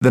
The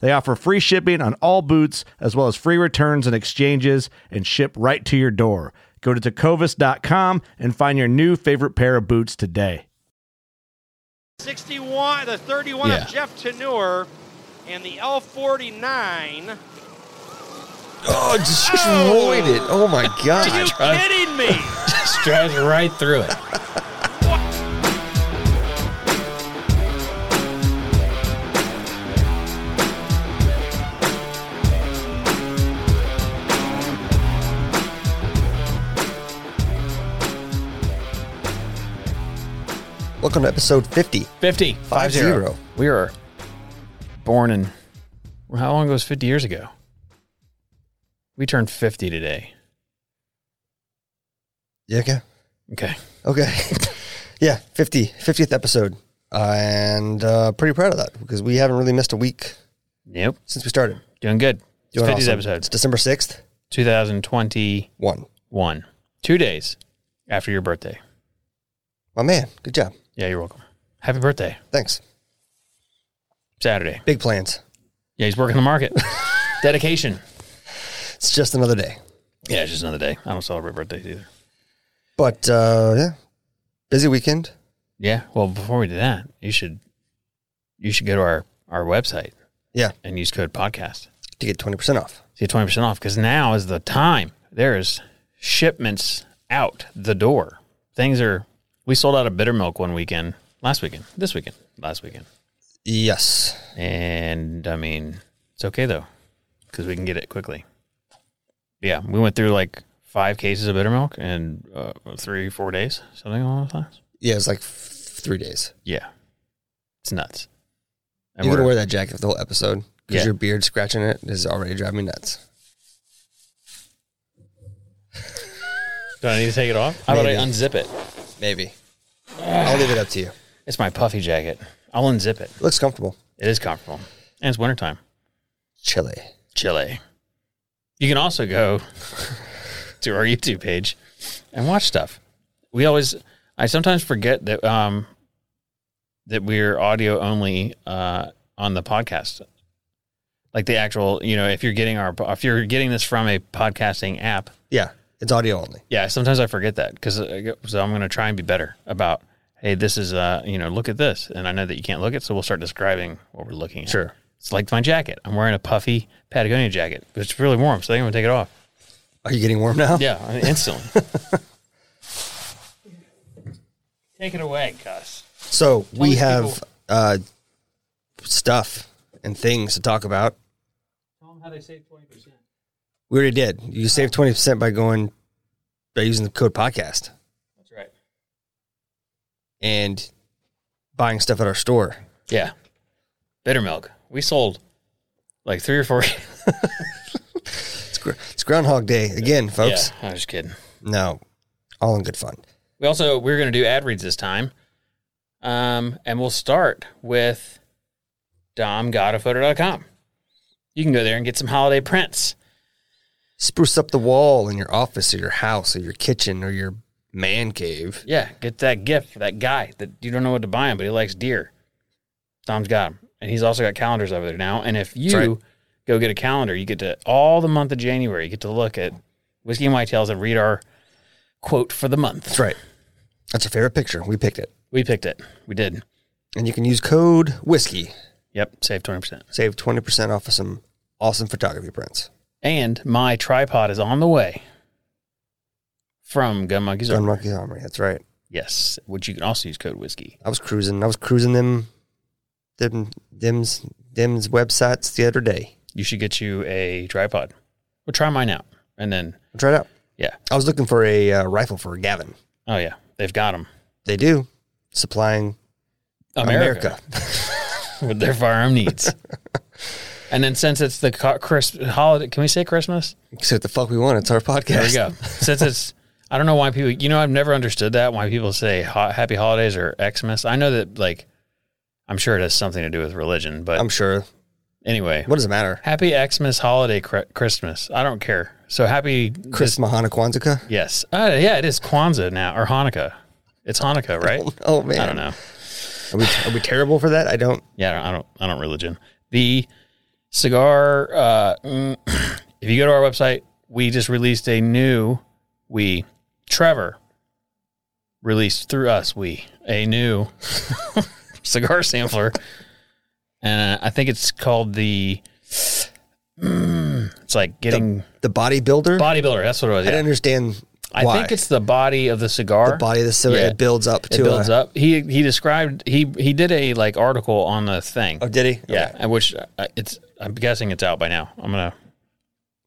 They offer free shipping on all boots, as well as free returns and exchanges, and ship right to your door. Go to tecovas.com and find your new favorite pair of boots today. 61, the 31 Yeah. of Jeff Teneur, and the L49. Oh, destroyed it. Oh Are my you god. kidding me? Just drives right through it. Welcome to episode 50. 50. Five zero. We were born in. well, How long ago was 50 years ago? We turned 50 today. Yeah, okay. Okay. Okay. yeah, 50, 50th episode. and uh, pretty proud of that because we haven't really missed a week Yep. since we started. Doing good. It's Doing 50 awesome. It's episodes. December 6th. 2021. One. Two days after your birthday. My man, good job. Yeah, you're welcome. Happy birthday. Thanks. Saturday. Big plans. Yeah, he's working the market. Dedication. It's just another day. Yeah, it's just another day. I don't celebrate birthdays either. But uh, yeah, busy weekend. Yeah. Well, before we do that, you should you should go to our our website Yeah, and use code podcast. to get 20% off. See twenty percent off because now is the time. There's shipments out the door. Things are. We sold out of bitter milk one weekend, last weekend, this weekend, last weekend, Yes. and I mean it's okay though because we can get it quickly. Yeah, we went through like five cases of bitter milk in uh, three four days, something along those lines. Yeah, it's like f- three days. Yeah, it's nuts. And You're we're- going to wear that jacket for the whole episode because Yeah. your beard scratching it is already driving me nuts. Do I need to take it off? How about I Maybe. unzip it? Maybe. I'll leave it up to you. It's my puffy jacket. I'll unzip it. Looks comfortable. It is comfortable. And it's wintertime. Chilly. Chilly. You can also go to our YouTube page and watch stuff. We always I sometimes forget that um that we're audio only uh on the podcast. Like the actual, you know, if you're getting our if you're getting this from a podcasting app, Yeah, it's audio only. yeah sometimes i forget that because so i'm going to try and be better about hey this is uh you know look at this and i know that you can't look at so we'll start describing what we're looking at Sure. it's like my jacket i'm wearing a puffy patagonia jacket but it's really warm so i think i'm going to take it off Are you getting warm now? yeah I mean, instantly take it away cuss So we these have people- uh, stuff and things to talk about. tell them how they save 20% We already did. You save twenty percent by going by using the code podcast that's right and buying stuff at our store. yeah bitter milk we sold like three or four It's, gr- it's Groundhog Day again, folks. yeah i'm just kidding No, all in good fun. We also we're going to do ad reads this time, um, and we'll start with domgodofphoto.com. You can go there and get some holiday prints. Spruce up the wall in your office or your house or your kitchen or your man cave. Yeah, get that gift for that guy that you don't know what to buy him, but he likes deer. Tom's got him, and he's also got calendars over there now. And if you right. go get a calendar, you get to all the month of January. You get to look at whiskey and whitetails and read our quote for the month. That's right. That's our favorite picture. We picked it. We picked it. We did. And you can use code whiskey. Yep, save twenty percent. Save 20% off of some awesome photography prints. And my tripod is on the way from Gun Monkeys. Gun Monkey Armory. That's right. Yes, which you can also use code whiskey. I was cruising. I was cruising them, them, them's, them's websites the other day. You should get you a tripod. Well, try mine out, and then I tried it out. yeah, I was looking for a uh, rifle for Gavin. oh yeah, they've got them. They do supplying America. America. with their firearm needs. and then since it's the co- Chris holiday, can we say Christmas? So what the fuck we want? It's our podcast. There we go. since it's, I don't know why people. You know, I've never understood that why people say ho- Happy Holidays or Xmas. I know that like, I'm sure it has something to do with religion, but I'm sure. anyway, What does it matter? Happy Xmas Holiday cr- Christmas. I don't care. So happy Chris Mahana Kwanzaa? Yes. Uh, yeah, it is Kwanzaa now or Hanukkah. It's Hanukkah, right? Oh man, I don't know. Are we, are we terrible for that? I don't. Yeah, I don't, I don't, I don't religion. The cigar. Uh, mm, if you go to our website, we just released a new. We Trevor released through us. We a new cigar sampler, and uh, I think it's called the. mm, it's like getting The bodybuilder. bodybuilder. That's what it was. I don't Yeah. understand. I, Why. think it's the body of the cigar. the body of the cigarette Yeah. it builds up to. it builds a, up. He he described he he did a like article on the thing. Oh, did he? Yeah, and which uh, it's. I'm guessing it's out by now. I'm gonna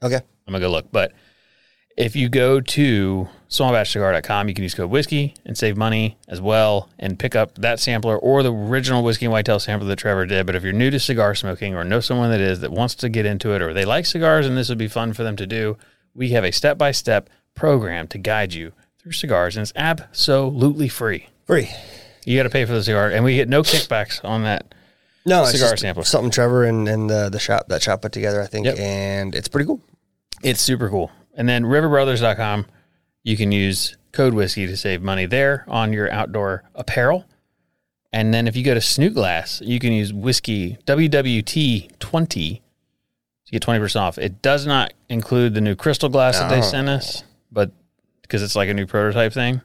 Okay. Okay. I'm gonna go look. But if you go to smallbatchcigar.com, you can use code whiskey and save money as well, and pick up that sampler or the original whiskey and whitetail sampler that Trevor did. But if you're new to cigar smoking or know someone that is that wants to get into it or they like cigars and this would be fun for them to do, we have a step by step program to guide you through cigars, and it's absolutely free. Free. You got to pay for the cigar, and we get no kickbacks on that. No, it's Cigar just sampler. Something Trevor and, and the, the shop that shop put together, I think, Yep. and it's pretty cool. It's super cool. And then riverbrothers.com, you can use code whiskey to save money there on your outdoor apparel. And then if you go to Snoot Glass, you can use whiskey WWT20 to get 20% off. It does not include the new crystal glass that they Oh. sent us, but because it's like a new prototype thing.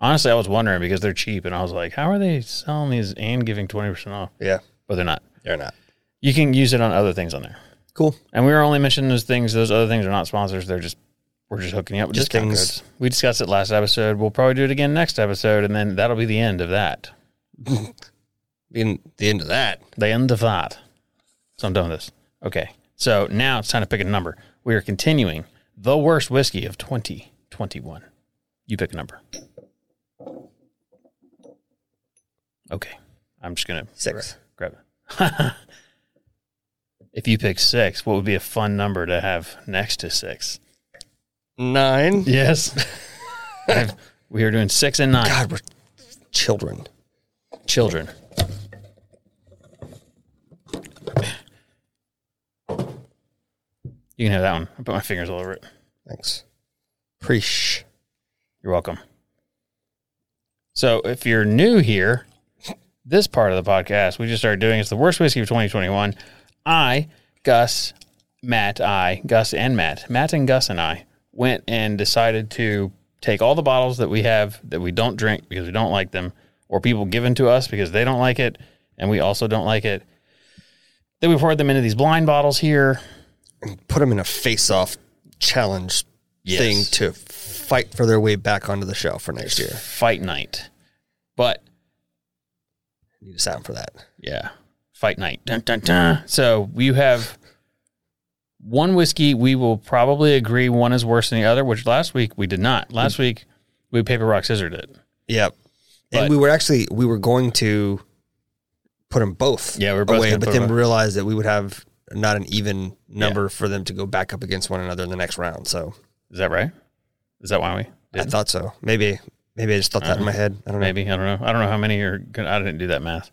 Honestly, I was wondering because they're cheap and I was like, how are they selling these and giving 20% off? Yeah, But they're not. they're not You can use it on other things on there. cool. And we were only mentioning those things. Those other things are not sponsors. They're just we're just hooking you up with Just discount things. codes. We discussed it last episode. We'll probably do it again next episode, and then that'll be the end of that. Being the end of that. The end of that. So I'm done with this. Okay. So now it's time to pick a number. We are continuing the worst whiskey of 2021. You pick a number. Okay. I'm just gonna Six. grab it. if you pick six, what would be a fun number to have next to six? Nine. Yes. I've- we are doing six and nine. God, we're children. Children. You can have that one. I put my fingers all over it. Thanks. Preach. You're welcome. So, if you're new here, this part of the podcast we just started doing is the worst whiskey of 2021. I, Gus, Matt, I, Gus, and Matt, Matt and Gus and I went and decided to take all the bottles that we have that we don't drink because we don't like them, or people given to us because they don't like it, and we also don't like it. Then we poured them into these blind bottles here. Put them in a face-off challenge Yes. thing to fight for their way back onto the shelf for next year. Fight night. But Need a sound for that. Yeah. Fight night. Dun, dun, dun. So you have one whiskey. We will probably agree one is worse than the other, which last week we did not. Last week we paper, rock, scissors it. Yep. But- and we were actually we were going to put them both. Yeah, we were both away, gonna but put then 'em we realized that we would have not an even number for them to go back up against one another in the next round. So Is that right? Is that why we I did? thought so. Maybe maybe I just thought that in my head. I don't know. Uh-huh. Maybe. I don't know. I don't know how many are going to, I didn't do that math.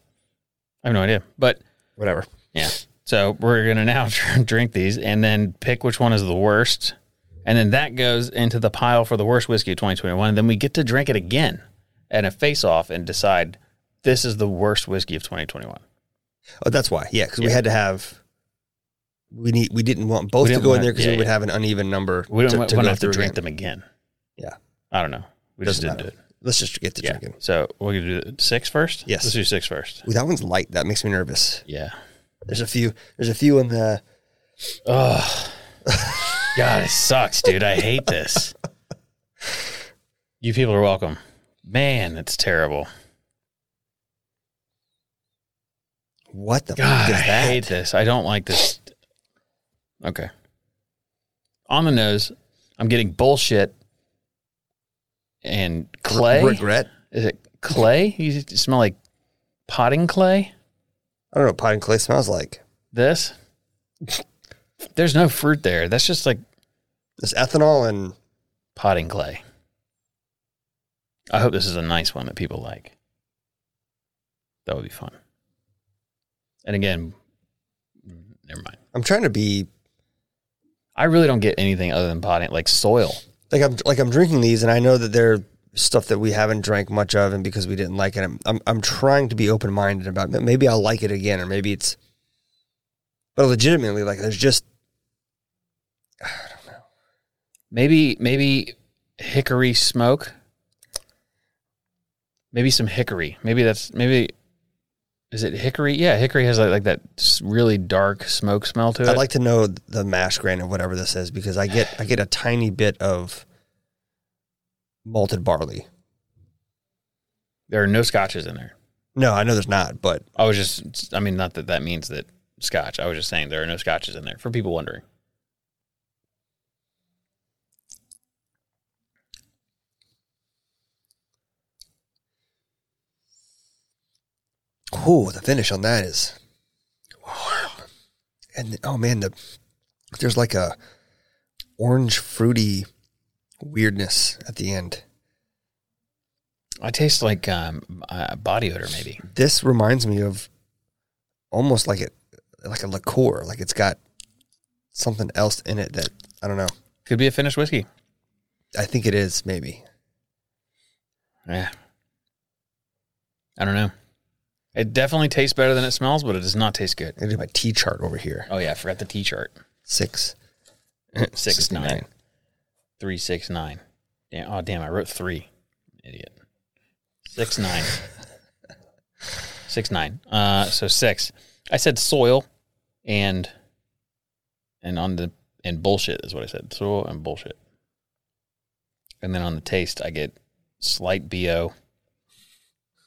I have no idea. But Whatever. yeah. So we're going to now drink these and then pick which one is the worst And then that goes into the pile for the worst whiskey of 2021. And then we get to drink it again at a face off and decide this is the worst whiskey of 2021. Oh, that's why. Yeah, because we Yeah. had to have. We need. We didn't want both to didn't go in want- there because yeah, we would yeah. have an uneven number. We don't want to, go have to through drink again. them again. Yeah. I don't know. We just Doesn't didn't do it. matter. Let's just get to Yeah. drinking. So we're going to do six first? Yes. Let's do six first. Ooh, that one's light. That makes me nervous. Yeah. There's a few. There's a few in the. Oh, God, it sucks, dude. I hate this. You people are welcome. Man, it's terrible. What the God, fuck I is that? hate this. I don't like this. Okay. On the nose, I'm getting bullshit and clay. Regret. Is it clay? You smell like potting clay. I don't know what pot and clay smells like. This. There's no fruit there. That's just like There's ethanol and potting clay. I hope this is a nice one that people like. That would be fun. And again, never mind. I'm trying to be I really don't get anything other than potting, like soil. like I'm like I'm drinking these and I know that they're stuff that we haven't drank much of and because we didn't like it I'm I'm, I'm trying to be open minded about it. maybe I'll like it again or maybe it's but legitimately like there's just Maybe, maybe hickory smoke. Maybe some hickory. Maybe that's maybe. Is it hickory? Yeah, hickory has like, like that s- really dark smoke smell to it. I'd like to know the mash grain of whatever this is because I get I get a tiny bit of malted barley there are no scotches in there. no I know there's not but I was just, I mean, not that that means that scotch. I was just saying there are no scotches in there for people wondering. oh the finish on that is and oh man the there's like a orange fruity weirdness at the end I taste like um, uh, body odor, maybe. this reminds me of almost like it like a liqueur like it's got something else in it that i don't know Could be a finished whiskey. i think it is maybe Yeah. I don't know. It definitely tastes better than it smells, but it does not taste good. i'm gonna do my t chart over here Oh, yeah. I forgot the T chart. six Six, nine. Three, six, nine. Damn, oh, damn. I wrote three. Idiot. Six, nine. six, nine. Uh, so six. I said soil and, and on the, and bullshit is what I said. Soil and bullshit. And then on the taste, I get slight BO.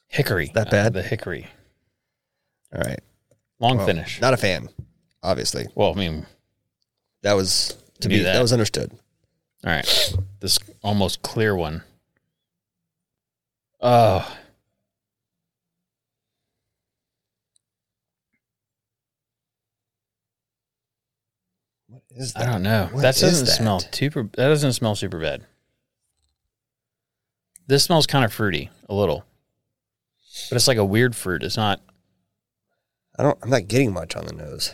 Hickory. That Uh, bad? the hickory. all right Long Well, finish. not a fan obviously well, I mean, that was to Knew be that. that. was understood All right. This almost clear one. Oh. what is I don't know. What that is doesn't that? smell super. That doesn't smell super bad. This smells kind of fruity, a little, but it's like a weird fruit. It's not i don't i'm not getting much on the nose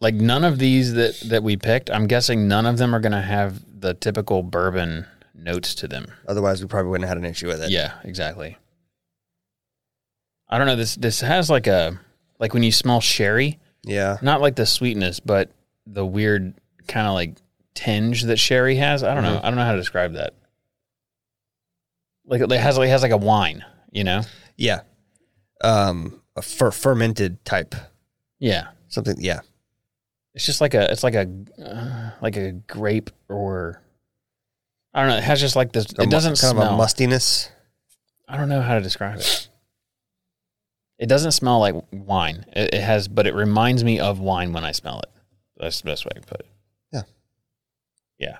like none of these that that we picked. I'm guessing none of them are going to have the typical bourbon notes to them. otherwise we probably wouldn't have had an issue with it Yeah, exactly. I don't know. This this has like a like when you smell sherry, yeah not like the sweetness, but the weird kind of like tinge that sherry has. I don't Mm-hmm. know. I don't know how to describe that. Like it has like it has like a wine, you know? yeah um a fer- fermented type Yeah. something yeah It's just like a it's like a uh, like a grape or I don't know. It has just like this. A It mu- doesn't kind of smell. a mustiness I don't know how to describe it. It doesn't smell like wine. It, it has, but it reminds me of wine when I smell it. That's the best way I can put it. Yeah. Yeah.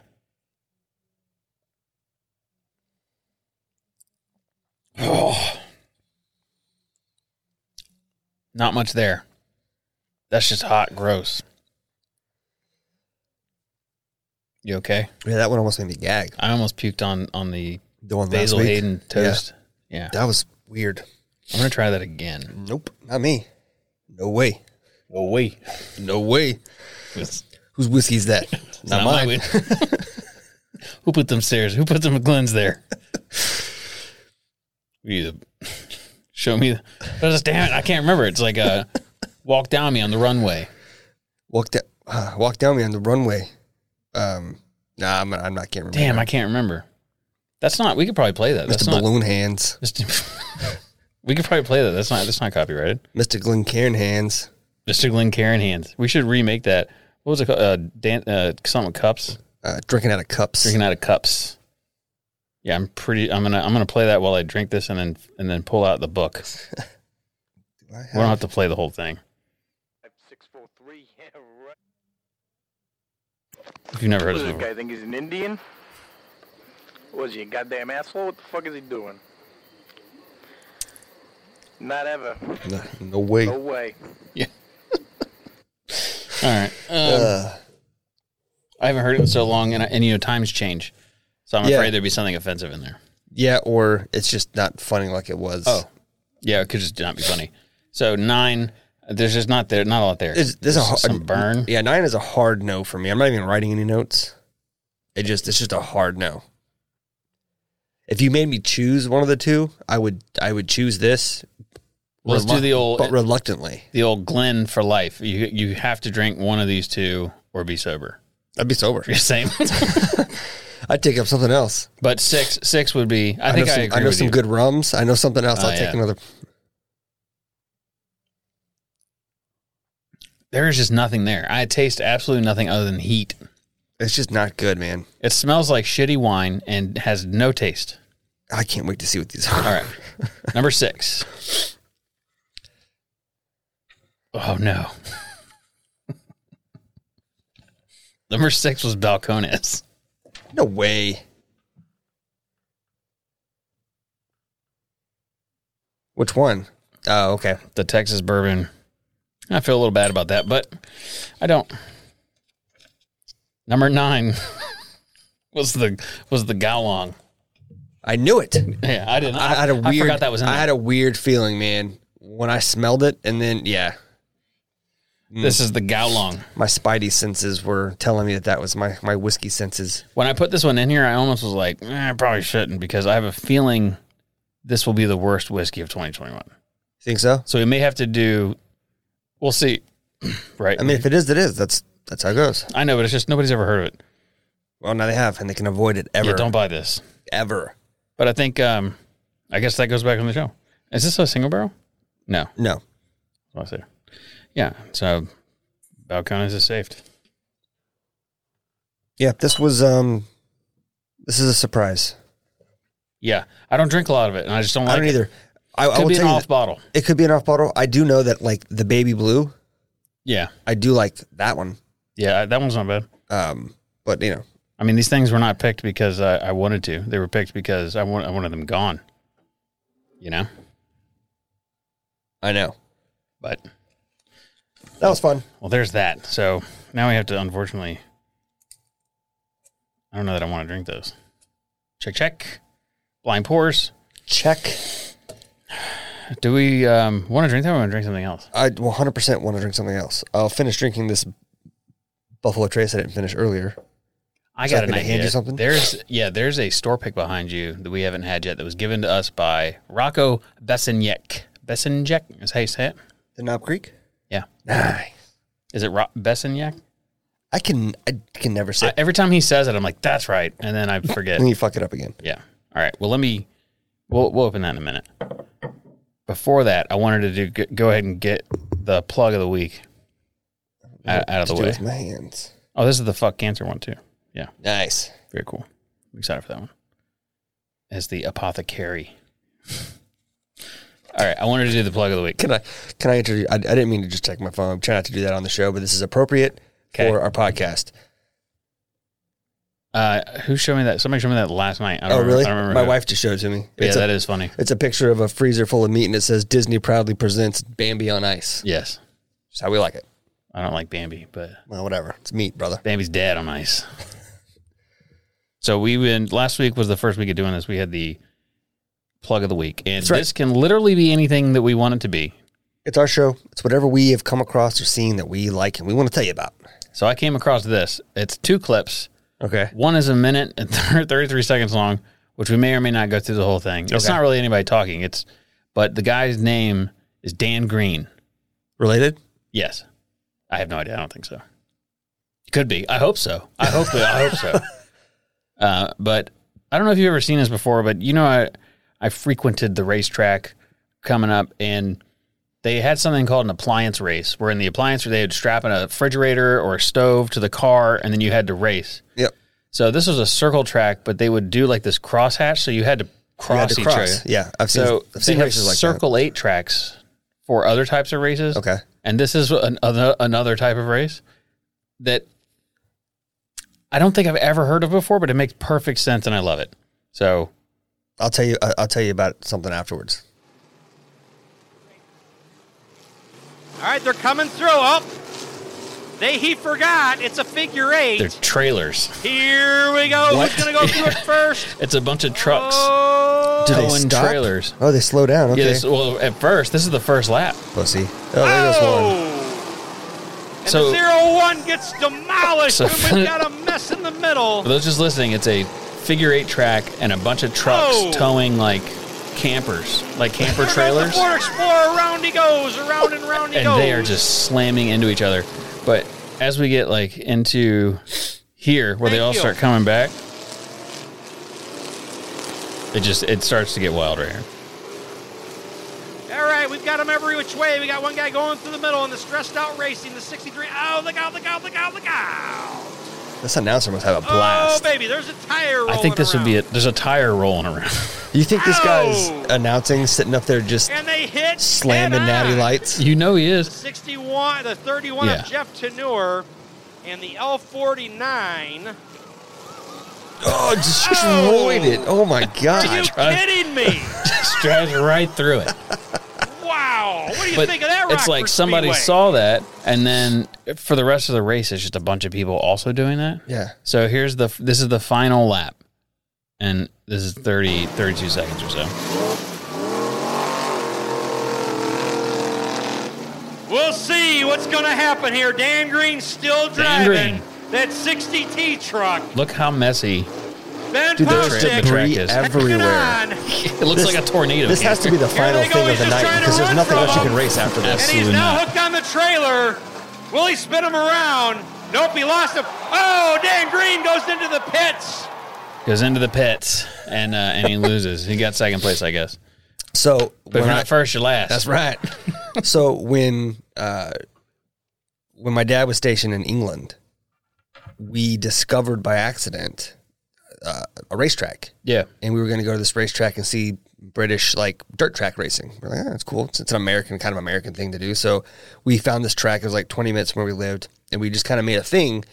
Oh. Not much there. That's just hot, gross. You okay? yeah that one almost made me gag I almost puked on on the the one last Basil week. Hayden toast. yeah. That was weird. I'm gonna try that again. Nope, not me. No way. No way. No way. It's Whose whiskey is that? not mine. Who put them stairs? Who put them glens there? We use a- show me. the- but it's- damn it, I can't remember. It's like a walk down me on the runway. Walk down, uh, walk down me on the runway. Um, nah, I'm, I'm not. Can't remember. Damn, I can't remember. That's not. We could probably play that. That's Mr. not. Balloon Hands, Mr. we could probably play that. That's not. That's not copyrighted. Mr. Glencairn Hands. Mr. Glenn Karen hands. We should remake that. What was it called? Uh, dan- uh, something with cups. Uh, drinking out of cups. Drinking out of cups. Yeah, I'm pretty. I'm gonna. I'm gonna play that while I drink this, and then and then pull out the book. I We don't have- have to play the whole thing. If you've never heard What does of this this before, guy think he's an Indian? Was he a goddamn asshole? What the fuck is he doing? Not ever. no, no way. No way. all right. Um, Uh, I haven't heard it in so long, and, I, and you know times change, so I'm Yeah. afraid there'd be something offensive in there. yeah, or it's just not funny like it was. Oh, yeah, it could just not be funny. So nine, there's just not there, not a lot there. It's, there's a hard, some burn. Yeah, nine is a hard no for me. I'm not even writing any notes. It just it's just a hard no. If you made me choose one of the two, I would I would choose this. Well, let's do the old but reluctantly. the old Glen for life. You you have to drink one of these two or be sober. I'd be sober. You're same. I'd take up something else. but six six would be. I, I, think know I some, agree know with some you. good rums. I know something else. Oh, I'll yeah. take another. There is just nothing there. I taste absolutely nothing other than heat. It's just not good, man. It smells like shitty wine and has no taste. I can't wait to see what these are. All right, number six. Oh no. number six was Balcones. No way. Which one? Oh, okay. the Texas bourbon. I feel a little bad about that, but I don't. Number nine was the was the Galong. I knew it. Yeah, I didn't. I, had a weird. I forgot that was in I there. had a weird feeling, man, when I smelled it, and then yeah, Mm. this is the Galong. my spidey senses were telling me that that was my my whiskey senses. When I put this one in here, I almost was like, eh, I probably shouldn't because I have a feeling this will be the worst whiskey of 2021. Think so? So we may have to do. We'll see. right. I mean, if it is, it is. That's that's how it goes. I know, but it's just nobody's ever heard of it. Well, now they have, and they can avoid it ever, Yeah, don't buy this. ever. But I think, um, I guess that goes back on the show. Is this a single barrel? No. No, Oh, there. Yeah. So Balcones is saved. yeah, this was um, this is a surprise. Yeah. I don't drink a lot of it and I just don't like I don't it. either. I, I Could will be an tell you, off bottle. that it could be an off bottle. I do know that like the baby blue, Yeah. I do like that one. Yeah. I- That one's not bad. Um, but you know, I mean, these things were not picked because I, I wanted to. They were picked because I, want, I wanted them gone, you know? I know But, that was fun. well, there's that. So now we have to, unfortunately, I don't know that I want to drink those. Check, check. Blind pours. Check. Do we um, want to drink that or want to drink something else? I 100% want to drink something else. I'll finish drinking this Buffalo Trace I didn't finish earlier. I Is that got an gonna idea. hand you something? There's yeah, there's a store pick behind you that we haven't had yet that was given to us by Rocco Besenjek. Besenjek is how you say it. The Knob Creek? Yeah, Nice. is it Ro- Besenjek? I can I can never say I- every time he says it, I'm like, that's right, and then I forget. Then you fuck it up again. yeah. All right. Well, let me. We'll we'll open that in a minute. Before that, I wanted to do, go ahead and get the plug of the week out, out of To the do way. with my hands. Oh, this is the fuck cancer one too. Yeah. Nice. Very cool. I'm excited for that one. As the apothecary. All right, I wanted to do the plug of the week. Can I can I introduce I, I didn't mean to just check my phone. I'm trying not to do that on the show, but this is appropriate Okay. for our podcast. Uh, who showed me that? Somebody showed me that last night. I don't Oh, remember, really? I don't remember My who. wife just showed it to me. Yeah, It's a, that is funny. It's a picture of a freezer full of meat and it says Disney proudly presents Bambi on ice. Yes, Just how we like it. I don't like Bambi, but Well, whatever. It's meat, brother. Bambi's dead on ice. so we been last week was the first week of doing this. We had the plug of the week, and right. this can literally be anything that we want it to be. It's our show. It's whatever we have come across or seen that we like and we want to tell you about. So I came across this. It's two clips Okay. One is a minute and 33 seconds long, which we may or may not go through the whole thing. It's Okay. not really anybody talking. It's, but the guy's name is Dan Green. Related? Yes. I have no idea. I don't think so. Could be. I hope so. I hope. I hope so. Uh, but I don't know if you've ever seen this before, but you know, I I frequented the racetrack coming up, and they had something called an appliance race, where in the appliance they would strap in a refrigerator or a stove to the car, and then you had to race. Yep. So this was a circle track, but they would do like this crosshatch, so you had to You had cross to each cross. other. Yeah. I've seen, So I've they seen have races like circle eight tracks for other types of races. that. Okay. And this is an, another another type of race that I don't think I've ever heard of before, but it makes perfect sense and I love it. So I'll tell you. I- I'll tell you about something afterwards. All right, they're coming through. Oh, they he forgot. It's a figure they're eight. trailers. Here we go. Who's gonna go through it first? It's a bunch of trucks. Oh, Dude, Do Towing trailers. Oh, they slow down. Okay. Yeah, this, well, at first, this is the first lap. Pussy. Oh, there goes one. And So- the zero one gets demolished, So- and we've got a mess in the middle. For those just listening, it's a figure eight track and a bunch of trucks Oh. towing like campers, like camper There goes trailers. The Ford Explorer, round he goes, around and round he and goes. they are just slamming into each other. But as we get like into here, where they Thank all you. start coming back, it just it starts to get wild right here. All right, we've got them every which way. We got one guy going through the middle in the stressed out racing, the 63. Oh, look out, look out, look out, look out. This announcer must have a Oh, blast. baby, there's a tire rolling I think this around. would be it. There's a tire rolling around. you think this guy's Ow! announcing, sitting up there just And they hit. slamming head natty on. lights? you know he The is. 61, the 31 Yeah. of Jeff Teneur and the L49. Oh, destroyed it. Oh my Are you god. tried- kidding me? Just drives right through it. wow. What do you But think of that it's Rockford like somebody Speedway? saw that, and then for the rest of the race, it's just a bunch of people also doing that. Yeah. So here's the this is the final lap, and this is 30, 32 seconds or so. We'll see what's going to happen here. Dan Green still Dan driving Green. that 60T truck. Look how messy Ben Dude, Postic. there's Track- the track debris is- everywhere. And It looks like a tornado. This has to be the Here they go, final thing of he's the just night trying to because there's run nothing from else you him. can race after this. Absolutely he's now not. hooked on the trailer. Will he spin him around? Nope, he lost him. Oh, Dan Green goes into the pits. goes into the pits and uh, and he loses. He got second place, I guess. So But if when you're I- not first, you're last. That's right. so when uh, when my dad was stationed in England, we discovered by accident uh, a racetrack, Yeah. and we were going to go to this racetrack and see British like dirt track racing. We're like, oh, that's cool. It's, it's an American kind of American thing to do. So we found this track. It was like 20 minutes from where we lived, and we just kind of made a thing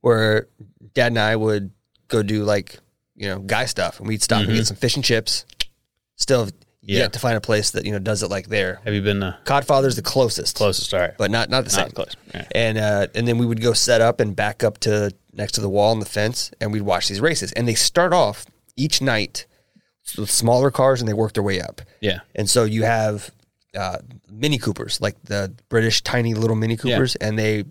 where dad and I would go do like you know guy stuff, and we'd stop and get some fish and chips. Still. have Yeah. Yet to find a place that you know does it like there. Have you been uh, the Codfather's the closest, closest? All right. but not not the Not same. close. Yeah. And uh, and then we would go set up and back up to next to the wall and the fence, and we'd watch these races. And they start off each night with smaller cars, and they work their way up. Yeah. And so you have uh, Mini Coopers, like the British tiny little Mini Coopers, and they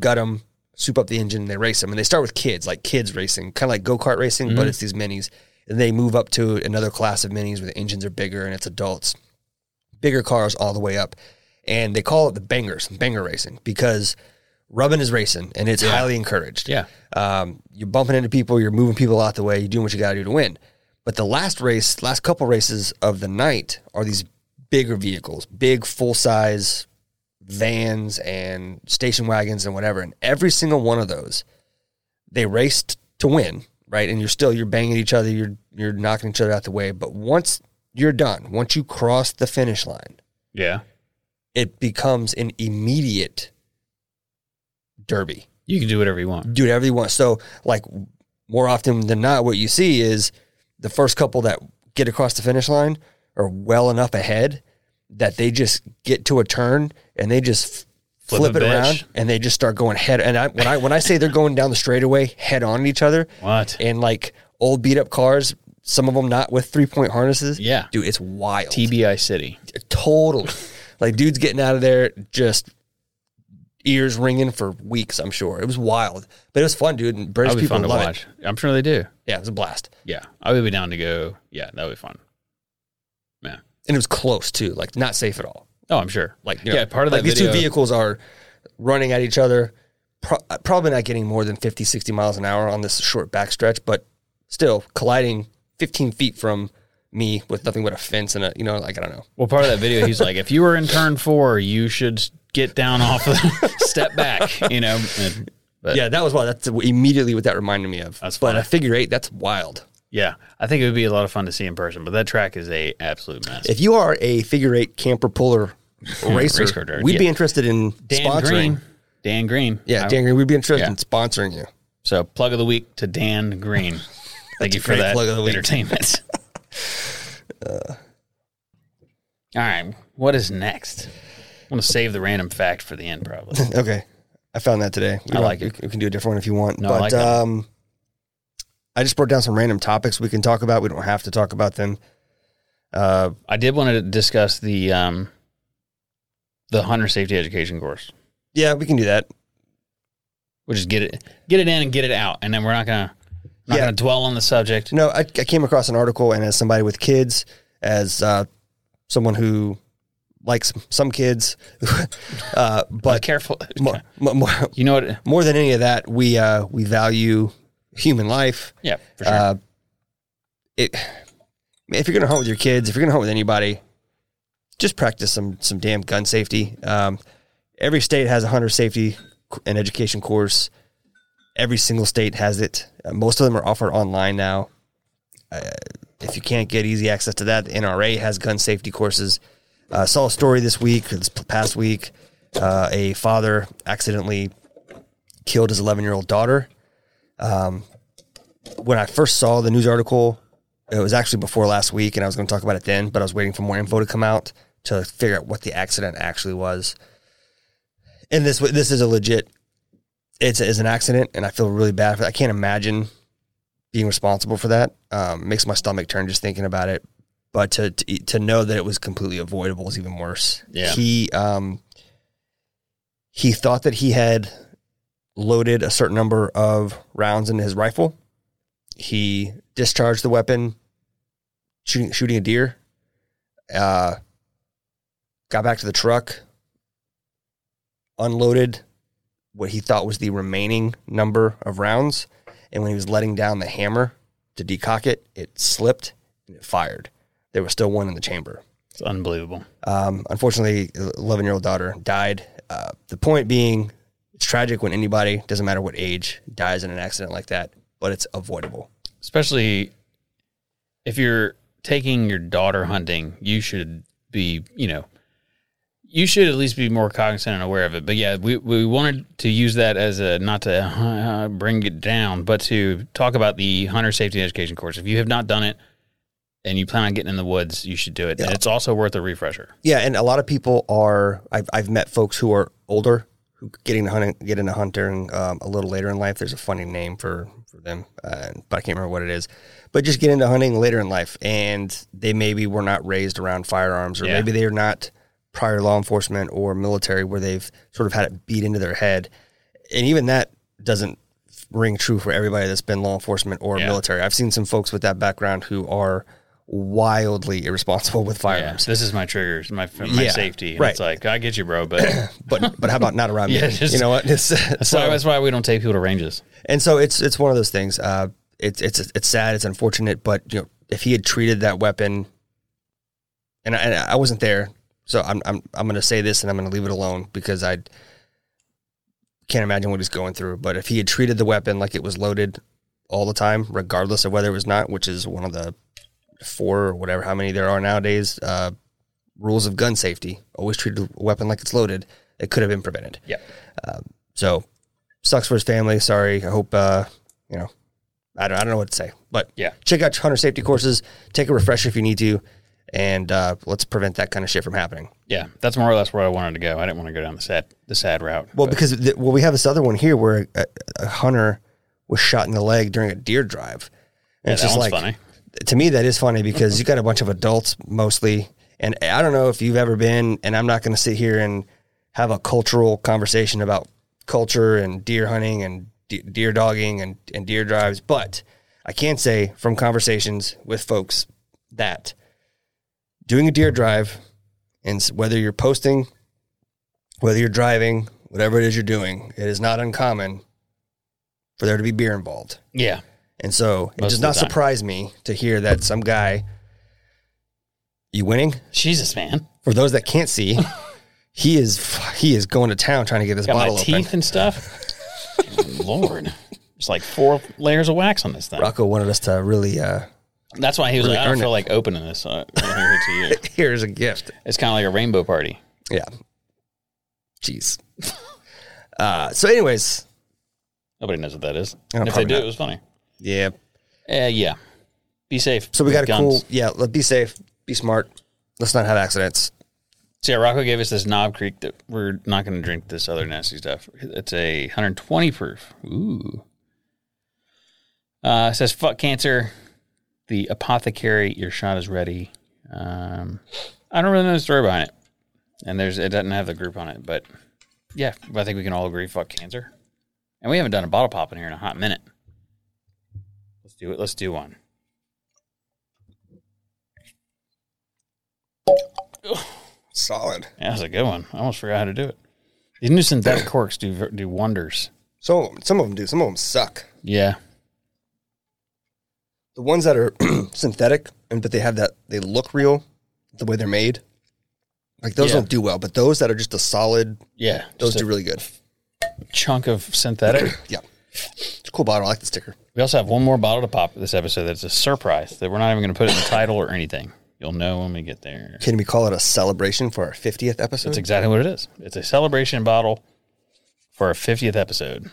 gut them, soup up the engine, and they race them. And they start with kids, like kids racing, kind of like go kart racing, but it's these minis. And they move up to another class of minis where the engines are bigger and it's adults, bigger cars all the way up. And they call it the bangers, banger racing, because rubbing is racing and it's highly encouraged. Yeah. Um, you're bumping into people, you're moving people out the way, you're doing what you got to do to win. But the last race, last couple races of the night are these bigger vehicles, big full size vans and station wagons and whatever. And every single one of those, they raced to win, right? And you're still you're banging each other, you're you're knocking each other out the way. But once you're done, once you cross the finish line, Yeah. it becomes an immediate derby You can do whatever you want. do whatever you want. So, like, more often than not, what you see is the first couple that get across the finish line are well enough ahead that they just get to a turn and they just Flip flip, a it bitch. around and they just start going head. And I, when I when I say they're going down the straightaway head on at each other, What? and like old beat up cars, some of them not with three point harnesses. Yeah. dude, it's wild. TBI City. Totally. like dudes getting out of there just ears ringing for weeks. I'm sure it was wild, but it was fun, dude. And British That'd be people fun to love it. watch. I'm sure they do. Yeah, it was a blast, Yeah, I would be down to go. Yeah, that would be fun. Yeah. and it was close too. Like not safe at all. Oh, I'm sure. Like You know, yeah, part of that like these video. two vehicles are running at each other. Pro- probably not getting more than 50, 60 miles an hour on this short backstretch, but still colliding 15 feet from me with nothing but a fence and a you know like I don't know. well, part of that video, he's like, if you were in turn four, you should get down off, of, step back. You know. And- but- Yeah, that was wild. That's immediately what that reminded me of. That's but funny. a figure eight, that's wild. Yeah, I think it would be a lot of fun to see in person, but that track is a absolute mess. If you are a figure eight camper puller racer, Race car driver, we'd be yeah. interested in Dan sponsoring. Green, Dan Green, Yeah, I- Dan Green, we'd be interested Yeah. in sponsoring you. So plug of the week to Dan Green. Thank you for great that plug of the week. entertainment. All right, what is next? I'm gonna save the random fact for the end, probably. Okay. I found that today. We I don't- like we it. c- We can do a different one if you want. No, I but like that. um I just brought down some random topics we can talk about. We don't have to talk about them. Uh I did want to discuss the um, the hunter safety education course, yeah, we can do that. which is get it get it in and get it out, and then we're not gonna not Yeah. gonna dwell on the subject. No, I, I came across an article and as somebody with kids, as uh someone who likes some kids, uh But but careful, more, more you know what? more than any of that, we uh we value human life. Yeah, for sure. Uh, it, if you're gonna hunt with your kids, if you're gonna hunt with anybody, just practice some some damn gun safety. Um, every state has a hunter safety c- and education course. Every single state has it. Uh, most of them are offered online now. Uh, if you can't get easy access to that, the NRA has gun safety courses. uh, saw a story this week, this p- past week, uh, a father accidentally killed his 11 year old daughter when I first saw the news article, it was actually before last week, and I was going to talk about it then, but I was waiting for more info to come out to figure out what the accident actually was. And this wa- this is a legit, it's, it's an accident, and I feel really bad for that. I can't imagine being responsible for that. Um, makes my stomach turn just thinking about it. But to, to to know that it was completely avoidable is even worse. Yeah. He um he thought that he had loaded a certain number of rounds into his rifle. He discharged the weapon, shooting shooting a deer. Uh, got back to the truck, unloaded what he thought was the remaining number of rounds, and when he was letting down the hammer to decock it, it slipped and it fired. There was still one in the chamber. it's unbelievable. Um, unfortunately, 11 year old daughter died. Uh, the point being, it's tragic when anybody, doesn't matter what age, dies in an accident like that, but it's avoidable. especially if you're taking your daughter hunting, you should be, you know, you should at least be more cognizant and aware of it. But yeah, we, we wanted to use that as a not to uh, bring it down, but to talk about the hunter safety education course. If you have not done it and you plan on getting in the woods, you should do it. And it's also worth a refresher. Yeah, and a lot of people are. I've I've met folks who are older who getting into hunting, get into hunting um, a little later in life. There's a funny name for for them, uh, but I can't remember what it is. But just get into hunting later in life, and they maybe were not raised around firearms, or Yeah. maybe they're not prior law enforcement or military, where they've sort of had it beat into their head, and even that doesn't ring true for everybody that's been law enforcement or Yeah. military. I've seen some folks with that background who are wildly irresponsible with Yeah, firearms. this is my triggers, my my Yeah, safety. And right. It's like I get you, bro, but but but how about not around me? Yeah, just- you know what? It's, that's, so- why, that's why we don't take people to ranges. and so it's it's one of those things. Uh, it's it's it's sad. It's unfortunate, but you know, if he had treated that weapon, and I, and I wasn't there, so I'm I'm I'm going to say this and I'm going to leave it alone because I can't imagine what he's going through. But if he had treated the weapon like it was loaded all the time, regardless of whether it was not, which is one of the four or whatever how many there are nowadays, uh, rules of gun safety, always treat a weapon like it's loaded. It could have been prevented. Yeah. So sucks for his family. Sorry. I hope uh, you know. I don't, I don't know what to say, but Yeah. check out your hunter safety courses. Take a refresher if you need to, and uh, let's prevent that kind of shit from happening. Yeah, that's more or less where I wanted to go. I didn't want to go down the sad the sad route. Well, but- because th- well, we have this other one here where a, a hunter was shot in the leg during a deer drive. And Yeah, it's that just one's like, funny. to me, that is funny because you got a bunch of adults mostly, and I don't know if you've ever been, and I'm not going to sit here and have a cultural conversation about culture and deer hunting and de- deer dogging and, and deer drives. But I can say from conversations with folks that doing a deer drive, and s- whether you're posting, whether you're driving, whatever it is you're doing, it is not uncommon for there to be beer involved. Yeah. And so it Most does of the not time. surprise me to hear that some guy, you winning? Jesus, man. For those that can't see, he is he is going to town trying to get this Got bottle my teeth open. and stuff. Lord. There's like four layers of wax on this thing. Rocco wanted us to really uh, That's why he was Really like, I don't earn feel it. like opening this. So I- I hear it to you. here's a gift. It's kind of like a rainbow party. Yeah. Jeez. uh, so, anyways, Nobody knows what that is. No, And if they probably do, not. it was funny. yeah. Uh, yeah. Be safe. So we with got a guns. cool. Yeah. Let be safe. Be smart. Let's not have accidents. So yeah, Rocco gave us this Knob Creek that we're not going to drink this other nasty stuff. It's a 120 proof. Ooh. Uh, it says fuck cancer. The apothecary, your shot is ready. Um, I don't really know the story behind it, and there's it doesn't have the group on it, but yeah, I think we can all agree fuck cancer. And we haven't done a bottle pop in here in a hot minute. Let's do it. Let's do one. Solid. Yeah, that's a good one. I almost forgot how to do it. These new synthetic corks do do wonders. So some of them do. Some of them suck. Yeah. The ones that are synthetic and but they have that they look real, the way they're made. Like those Yeah. don't do well, but those that are just a solid, Yeah, those just do a really good. chunk of synthetic. Yeah, it's a cool bottle. I like the sticker. we also have one more bottle to pop this episode. That's a surprise that we're not even going to put it in the title or anything. You'll know when we get there. Can we call it a celebration for our fiftieth episode? That's exactly what it is. It's a celebration bottle for our fiftieth episode.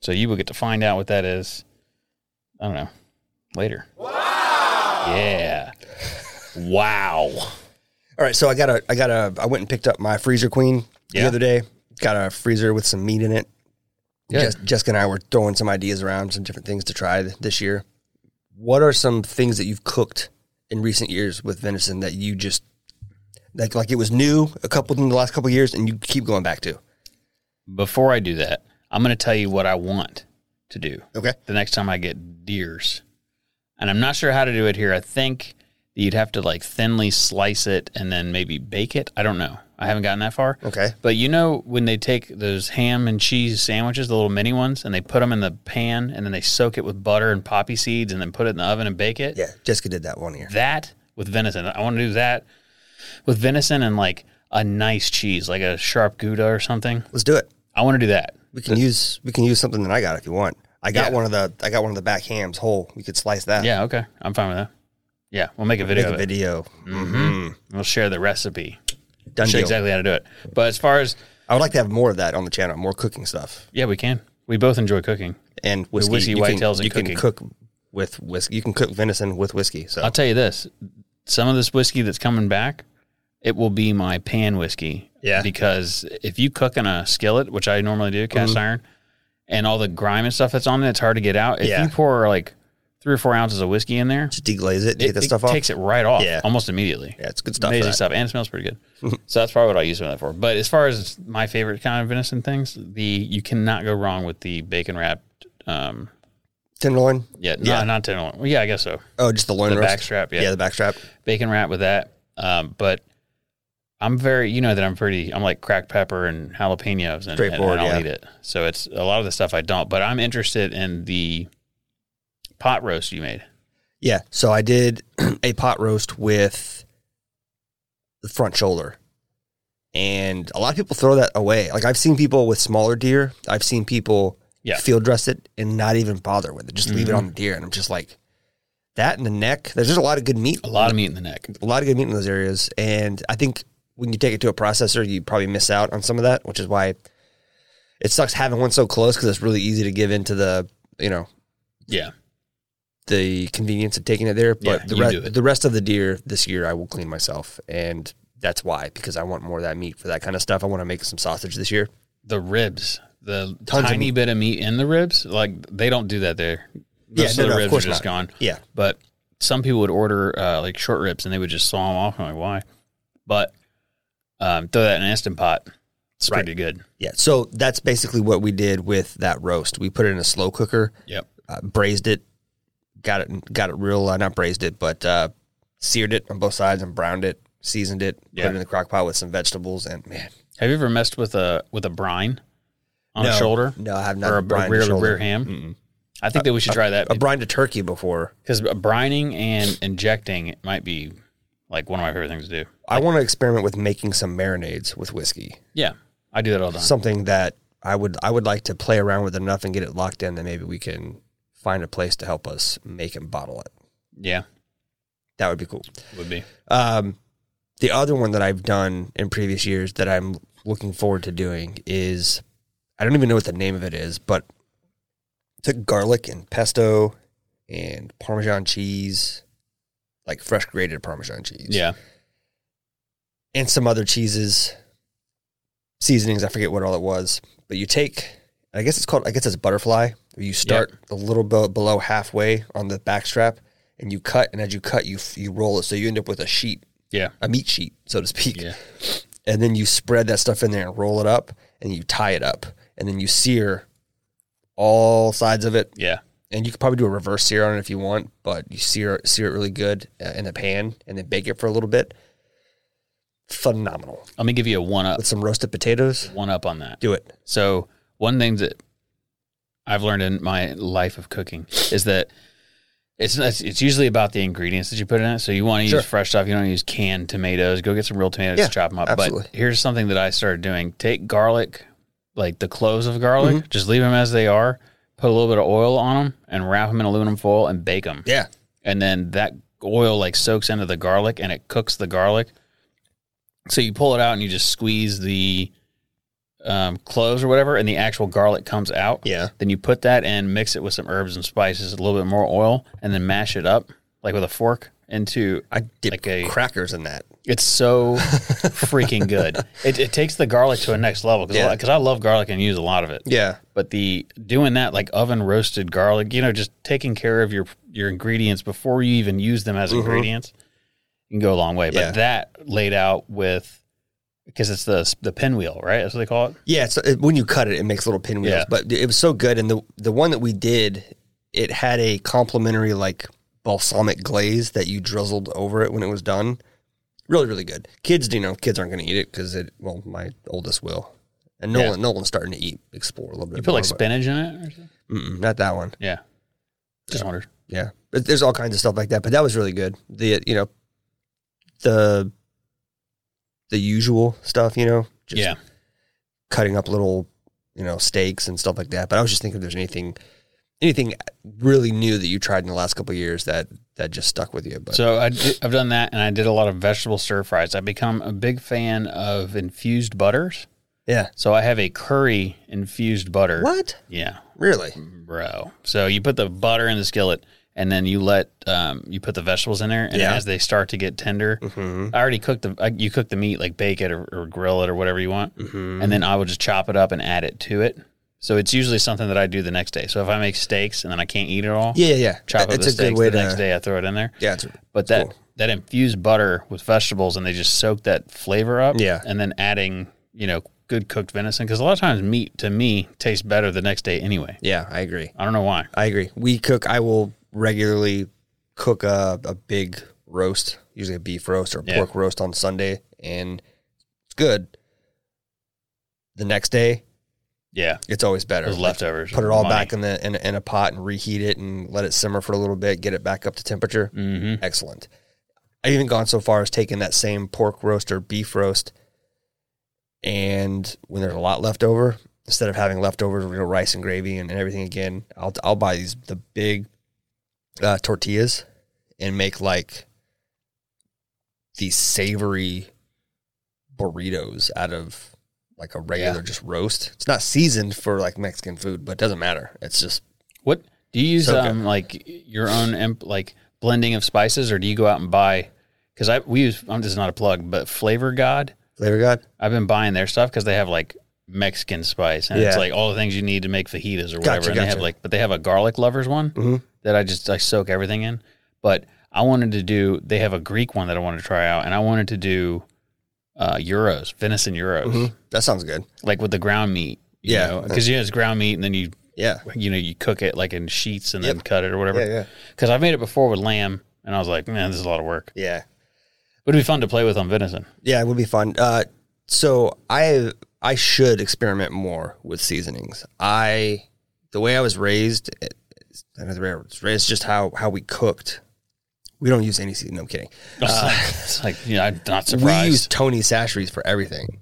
So you will get to find out what that is. I don't know later. Wow. Yeah. Wow. All right, so I got a, I got a, I went and picked up my freezer queen Yeah. the other day. Got a freezer with some meat in it. Good. Jes- Jessica and I were throwing some ideas around, some different things to try th- this year. What are some things that you've cooked in recent years with venison that you just like, like it was new a couple in the last couple years, and you keep going back to? Before I do that, I'm going to tell you what I want to do. Okay, the next time I get deers. And I'm not sure how to do it here. I think that you'd have to like thinly slice it and then maybe bake it. I don't know. I haven't gotten that far. okay, But you know when they take those ham and cheese sandwiches, the little mini ones, and they put them in the pan and then they soak it with butter and poppy seeds and then put it in the oven and bake it? yeah. Jessica did that one year. That with venison. I want to do that with venison and like a nice cheese, like a sharp gouda or something. Let's do it. I want to do that. We can use we can use something that I got if you want. I got Yeah. one of the I got one of the back hams whole. We could slice that. Yeah, okay. I'm fine with that. Yeah, Mm-hmm. we'll make a video. make a of it. video. We'll share the recipe. Done Not sure deal. exactly how to do it. But as far as I would like to have more of that on the channel, more cooking stuff yeah, we can. We both enjoy cooking. and whiskey. whiskey you can, whitetails and you cooking. can cook with whiskey. You can cook venison with whiskey. So I'll tell you this: some of this whiskey that's coming back, it will be my pan whiskey. Yeah. Because if you cook in a skillet, which I normally do, cast Mm-hmm. iron, and all the grime and stuff that's on it, it's hard to get out. If Yeah. you pour like three or four ounces of whiskey in there, just deglaze it, and it, get that it stuff off. takes it right off, Yeah. almost immediately. yeah, it's good stuff. for Amazing that. stuff, and it smells pretty good. so that's probably what I use some of that for. But as far as my favorite kind of venison things, the you cannot go wrong with the bacon wrapped. Um, Tenderloin. yeah, no, Yeah. not tenderloin. Well, yeah, I guess so. Oh, just the loin The roast. backstrap, yeah. the backstrap. Bacon wrap with that. Um, but I'm very, you know, that I'm pretty. I'm like cracked pepper and jalapenos, and, and- Straightforward, and I'll yeah. eat it. So it's a lot of the stuff I don't. But I'm interested in the pot roast you made. Yeah. So I did a pot roast with the front shoulder. And a lot of people throw that away. Like I've seen people with smaller deer. I've seen people Yeah. field dress it and not even bother with it. Just leave it Mhm. on the deer. And I'm just like, that and the neck. There's just a lot of good meat. A lot of meat in the neck. a lot of good meat in those areas. And I think when you take it to a processor, you probably miss out on some of that, which is why it sucks having one so close because it's really easy to give into the you know Yeah, the convenience of taking it there. But Yeah, the you do it. rest the rest of the deer this year, I will clean myself, and that's why because I want more of that meat for that kind of stuff. I want to make some sausage this year. the ribs, the Tons of tiny meat. bit of meat in the ribs. Like they don't do that there. Yeah, Most no, of the no, of ribs course are just not. gone. Yeah, But some people would order uh, like short ribs and they would just saw them off. I'm like, why? But um, throw that in an instant pot, It's Right. pretty good. Yeah. So that's basically what we did with that roast. We put it in a slow cooker, Yep. uh, braised it, got it, got it real, uh, not braised it, but uh, seared it on both sides and browned it, seasoned it, Yeah. put it in the crock pot with some vegetables, and man, Have you ever messed with a with a brine on a No. shoulder No, I have not. or a, brined a rear shoulder. rear ham? I think that we should try that I brined a turkey before. because brining and injecting it might be like one of my favorite things to do. I want to experiment with making some marinades with whiskey. Yeah, I do that all the time. Something that I would I would like to play around with enough and get it locked in that maybe we can find a place to help us make and bottle it. yeah, That would be cool. would be. Um, the other one that I've done in previous years that I'm looking forward to doing is I don't even know what the name of it is, but took garlic and pesto and Parmesan cheese, like fresh grated Parmesan cheese, Yeah, and some other cheeses, seasonings. I forget what all it was, but you take. I guess it's called. I guess it's butterfly. Where you start a little bit below halfway on the back strap, and you cut. And as you cut, you you roll it, so you end up with a sheet yeah, a meat sheet, so to speak. Yeah. And then you spread that stuff in there and roll it up and you tie it up. And then you sear all sides of it. yeah. And you could probably do a reverse sear on it if you want, but you sear, sear it really good uh, in the pan and then bake it for a little bit. Phenomenal. Let me give you a one up, With some roasted potatoes, one up on that. do it. So one thing that I've learned in my life of cooking is that it's it's it's usually about the ingredients that you put in it. So you want to Sure. use fresh stuff. You don't wanna use canned tomatoes. Go get some real tomatoes, Yeah, chop them up. absolutely. But here's something that I started doing: take garlic, like the cloves of garlic, Mm-hmm. just leave them as they are. Put a little bit of oil on them and wrap them in aluminum foil and bake them. Yeah. And then that oil like soaks into the garlic and it cooks the garlic. So you pull it out and you just squeeze the um, cloves or whatever, and the actual garlic comes out. Yeah. Then you put that in, mix it with some herbs and spices, a little bit more oil, and then mash it up like with a fork into. I dip Like a- crackers in that. It's so freaking good. It, it takes the garlic to a next level because Yeah. I love garlic and use a lot of it. Yeah. But the doing that like oven roasted garlic, you know, just taking care of your your ingredients before you even use them as ingredients can go a long way. But Mm-hmm. Yeah. that laid out with because it's the the pinwheel, right? That's what they call it. Yeah, so it, when you cut it, it makes little pinwheels. Yeah. But it was so good, and the the one that we did, it had a complimentary like balsamic glaze that you drizzled over it when it was done. Really, really good. Kids, you know, kids aren't going to eat it because it. Well, my oldest will, and Yeah. Nolan, Nolan's starting to eat, explore a little bit. You put like more, but- spinach in it or something? Mm-mm, not that one. Yeah. Just wondered. Yeah, but there's all kinds of stuff like that. But that was really good. The you know, the the usual stuff. You know, just yeah. cutting up little, you know, steaks and stuff like that. But I was just thinking if there's anything, anything really new that you tried in the last couple of years that that just stuck with you. But So I di- I've done that and I did a lot of vegetable stir fries. I've become a big fan of infused butters. yeah, So I have a curry infused butter. what Yeah. really? bro. So you put the butter in the skillet, and then you let um, you put the vegetables in there, and Yeah. as they start to get tender, Mm-hmm. I already cooked the I, you cook the meat like bake it or, or grill it or whatever you want, Mm-hmm. and then I will just chop it up and add it to it. So it's usually something that I do the next day. So if I make steaks and then I can't eat it all, Yeah, yeah, yeah. chop up it's a the good steaks way the to. next day. I throw it in there, Yeah, it's, but that Cool. that infused butter with vegetables and they just soak that flavor up, Yeah. and then adding you know good cooked venison because a lot of times meat to me tastes better the next day anyway. yeah, I agree. I don't know why. I agree. We cook. I will regularly cook a, a big roast, usually a beef roast or a Yeah. pork roast on Sunday, and it's good. The next day, Yeah. it's always better. Those Like, leftovers. put it all back in the in, in a pot and reheat it and let it simmer for a little bit, get it back up to temperature. Mm-hmm. Excellent. I've even gone so far as taking that same pork roast or beef roast, and when there's a lot left over, instead of having leftovers, real rice and gravy and, and everything again, I'll I'll buy these the big uh, tortillas and make like these savory burritos out of like a regular just roast. It's not seasoned for like Mexican food, but it doesn't matter. It's just What do you use? So good. um, like your own imp, like blending of spices, or do you go out and buy? Because I we use. I'm, this is not a plug, but Flavor God. flavor god. I've been buying their stuff because they have like Mexican spice, and it's Yeah. like all the things you need to make fajitas or whatever. Gotcha, and they have gotcha. like, but they have a garlic lovers one Mhm. that I just I soak everything in. But I wanted to do. They have a Greek one that I wanted to try out, and I wanted to do uh, euros, venison euros, That sounds good. like with the ground meat. You Mm-hmm. Yeah. because you know it's ground meat, and then you Yeah. you know you cook it like in sheets and then Yep. cut it or whatever. Yeah, yeah. Because I've made it before with lamb, and I was like, man, this is a lot of work. Yeah. But it'd be fun to play with on venison. Yeah, it would be fun. Uh, so I I should experiment more with seasonings. I the way I was raised, it- it's- I know the way I was raised, just how how we cooked. We don't use any seasoning. No, I'm kidding. it's like you know, I'm not We use surprised. Tony Sachery's for everything.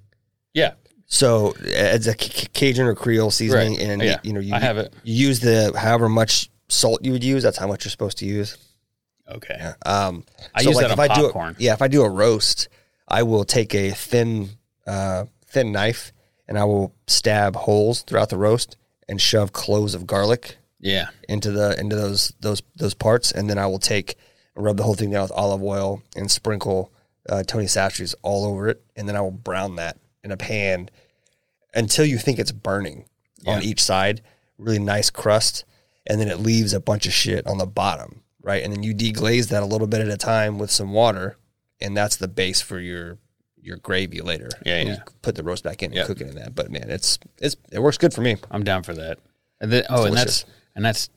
yeah, So uh, it's a C- C- Cajun or Creole seasoning, Right. and Yeah. you know you I have it. You use the however much salt you would use. That's how much you're supposed to use. okay. Um, I use that on I do popcorn. yeah, if I do a roast, I will take a thin, uh, thin knife and I will stab holes throughout the roast and shove cloves of garlic Yeah, into the into those those those parts, and then I will take rub the whole thing down with olive oil and sprinkle uh, Tony Sachery's all over it, and then I will brown that in a pan until you think it's burning on each side. Really nice crust, and then it leaves a bunch of shit on the bottom, right? And then you deglaze that a little bit at a time with some water, and that's the base for your your gravy later. Yeah, And yeah. You put the roast back in Yep. and cook it in that. But man, it's it's it works good for me. I'm down for that. And then, oh, and Delicious. that's and that's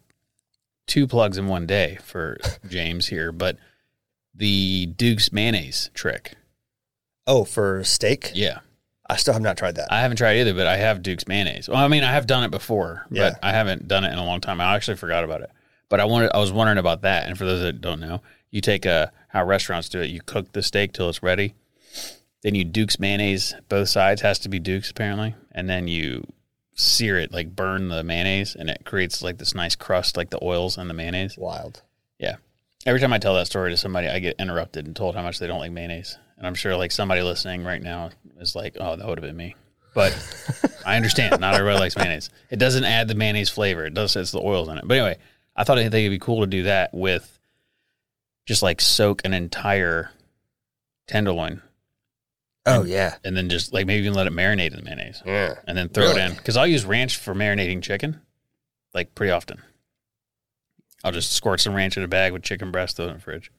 two plugs in one day for James here. But the Duke's mayonnaise trick. Oh, for steak, Yeah, I still have not tried that. I haven't tried either, but I have Duke's mayonnaise. Well, I mean, I have done it before, Yeah. but I haven't done it in a long time. I actually forgot about it. But I wanted, I was wondering about that. And for those that don't know, you take a how restaurants do it. You cook the steak till it's ready. Then you Duke's mayonnaise. Both sides has to be Duke's apparently, and then you sear it, like burn the mayonnaise, and it creates like this nice crust, like the oils and the mayonnaise. Wild. Yeah. Every time I tell that story to somebody, I get interrupted and told how much they don't like mayonnaise. And I'm sure like somebody listening right now is like, oh, that would have been me. But I understand. Not everybody likes mayonnaise. It doesn't add the mayonnaise flavor. It does. It's the oils in it. But anyway, I thought I think it'd be cool to do that with just like soak an entire tenderloin Oh yeah. and then just like maybe even let it marinate in the mayonnaise Yeah. and then throw Really? it in. Because I'll use ranch for marinating chicken, like pretty often. I'll just squirt some ranch in a bag with chicken breast, throw it in the fridge.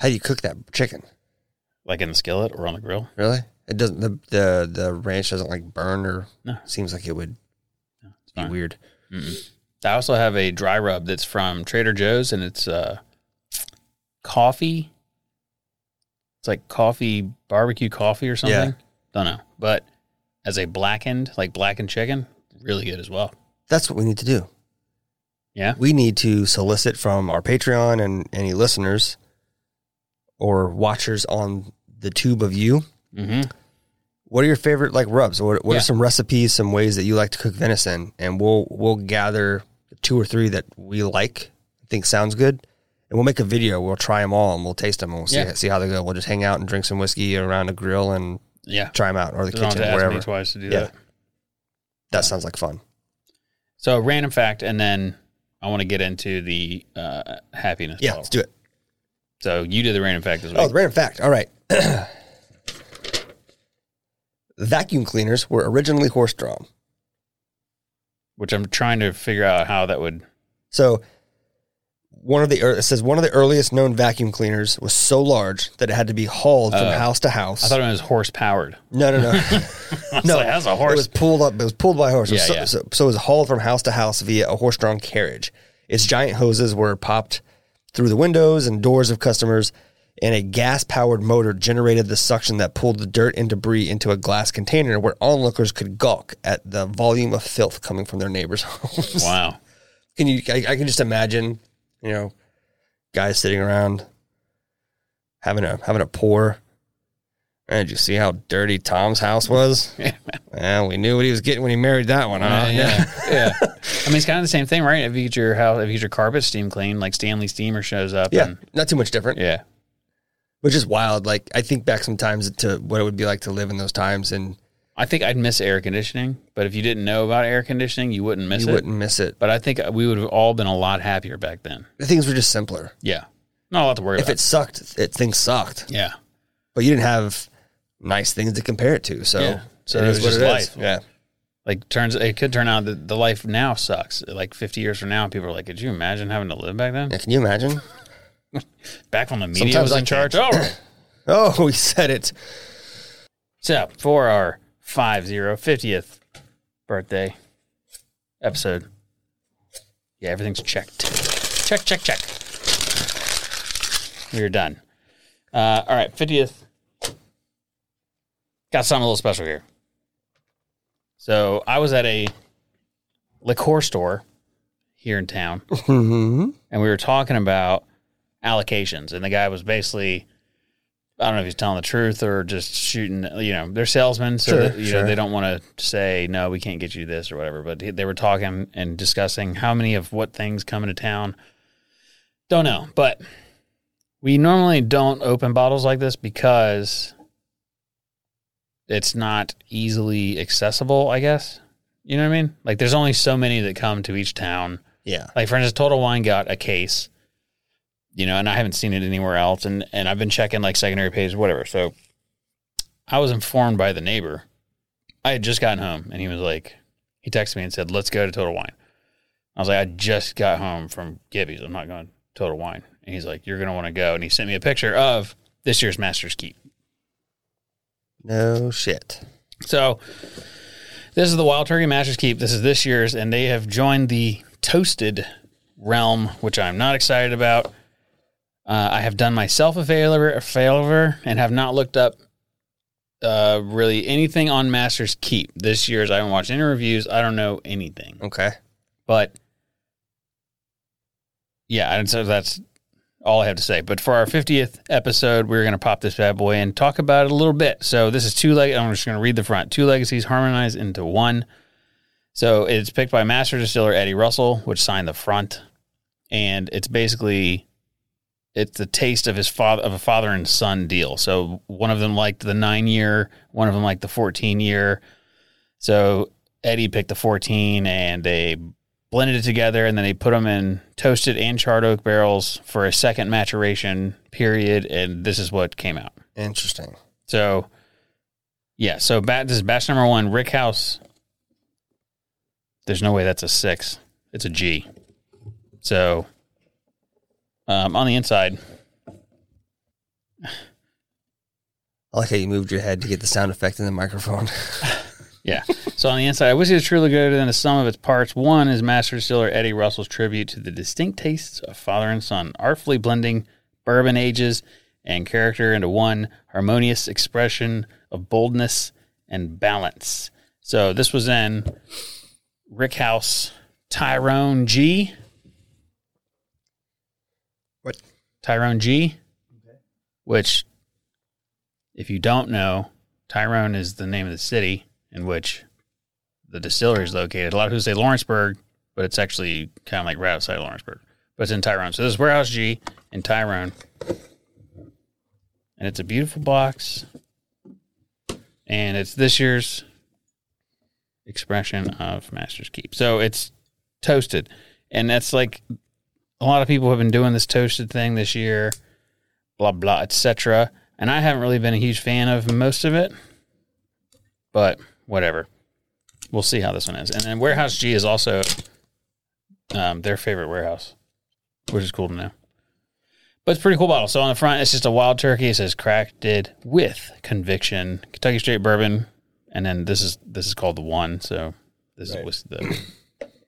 How do you cook that chicken? like in the skillet or on the grill. Really? It doesn't the the, the ranch doesn't like burn or No. seems like it would It's be fine. weird. Mm-mm. I also have a dry rub that's from Trader Joe's, and it's uh, coffee. It's like coffee barbecue coffee or something. Don't know, but as a blackened, like blackened chicken, really good as well. That's what we need to do. Yeah, We need to solicit from our Patreon and any listeners or watchers on the tube of you. mm-hmm. What are your favorite like rubs? What, what Yeah. are some recipes, some ways that you like to cook venison? And we'll we'll gather two or three that we like, think sounds good, and we'll make a video. We'll try them all and we'll taste them and we'll see Yeah. see how they go. We'll just hang out and drink some whiskey around a grill and yeah. try them out or the Don't have kitchen, to ask wherever. me twice to do Yeah. that. That sounds like fun. So random fact, and then I want to get into the uh, happiness. Yeah, bottle. let's do it. So you did the random fact this week. Oh, the random fact. All right. Vacuum cleaners were originally horse drawn. which I'm trying to figure out how that would. So one of the ear- it says one of the earliest known vacuum cleaners was so large that it had to be hauled from Oh. house to house. I thought it was horse powered. no, no, no. no, like, that's a horse. It was pulled up. It was pulled by a horse. It was Yeah, so, yeah. So, so it was hauled from house to house via a horse-drawn carriage. Its giant hoses were popped through the windows and doors of customers, and a gas-powered motor generated the suction that pulled the dirt and debris into a glass container, where onlookers could gawk at the volume of filth coming from their neighbors' homes. wow. Can you? I, I can just imagine, you know, guys sitting around having a having a pour. And did you see how dirty Tom's house was? Yeah. Well, we knew what he was getting when he married that one, huh? yeah, yeah. yeah. I mean, it's kind of the same thing, right? If you get your house, if you get your carpet steam clean, like Stanley Steamer shows up. Yeah, And, not too much different, yeah. which is wild. Like, I think back sometimes to what it would be like to live in those times and I think I'd miss air conditioning, but if you didn't know about air conditioning, you wouldn't miss you it. wouldn't miss it. But I think we would have all been a lot happier back then. Things were just simpler. Yeah. Not a lot to worry If about. it sucked, it, things sucked, yeah. but you didn't have nice things to compare it to. So, Yeah. So it is was what just is. life. Yeah. Like turns, it could turn out that the life now sucks. Like 50 years from now, people are like, could you imagine having to live back then? yeah. Can you imagine? Back when the media Sometimes was I in charge. Oh, Oh, he said it. So for our 50 50th birthday episode. Yeah, everything's checked. Check, check, check. We're done. Uh, all right, 50th. Got something a little special here. So I was at a liqueur store here in town, Mm-hmm. and we were talking about allocations, and the guy was basically. I don't know if he's telling the truth or just shooting. You know, they're salesmen, so Sure, that, you sure. know they don't want to say no, we can't get you this or whatever. But he- they were talking and discussing how many of what things come into town. Don't know, but we normally don't open bottles like this because it's not easily accessible. I guess you know what I mean. Like, there's only so many that come to each town. Yeah. Like for instance, Total Wine got a case, you know, and I haven't seen it anywhere else. And and I've been checking like secondary pages, whatever. So I was informed by the neighbor. I had just gotten home, and he was like, he texted me and said, "Let's go to Total Wine." I was like, "I just got home from Gibby's. I'm not going to Total Wine." And he's like, "You're gonna want to go." And he sent me a picture of this year's Masters Keep. No shit. So this is the Wild Turkey Masters Keep. This is this year's, and they have joined the toasted realm, which I'm not excited about. Uh, I have done myself a favor, a favor, and have not looked up uh, really anything on Masters Keep this year's. I haven't watched any reviews. I don't know anything, Okay. but yeah, and so that's all I have to say. But for our 50th episode, we're going to pop this bad boy and talk about it a little bit. So this is two leg. I'm just going to read the front. Two legacies harmonized into one. So it's picked by master distiller Eddie Russell, which signed the front, and it's basically it's the taste of his father of a father and son deal. So one of them liked the nine year, one of them liked the 14 year. So Eddie picked the 14, and they blended it together and then they put them in toasted and charred oak barrels for a second maturation period and this is what came out Interesting. so yeah so bat, this is batch number one rick house there's no way that's a six it's a g so um, on the inside I like how you moved your head to get the sound effect in the microphone. Yeah. So on the inside, I wish it was truly greater than the sum of its parts. One is master distiller Eddie Russell's tribute to the distinct tastes of father and son, artfully blending bourbon ages and character into one harmonious expression of boldness and balance. So this was in Rick House Tyrone G. What? Tyrone G. Which, if you don't know, Tyrone is the name of the city in which the distillery is located. A lot of people say Lawrenceburg, but it's actually kind of like right outside of Lawrenceburg. But it's in Tyrone. So this is Warehouse G in Tyrone. And it's a beautiful box. And it's this year's expression of Master's Keep. So it's toasted. And that's like a lot of people have been doing this toasted thing this year, blah, blah, etc. And I haven't really been a huge fan of most of it but whatever. We'll see how this one is. And then Warehouse G is also um, their favorite warehouse, which is cool to know. But it's a pretty cool bottle. So on the front, it's just a wild turkey. It says cracked it with conviction, Kentucky straight bourbon, and then this is this is called the one. So this was the,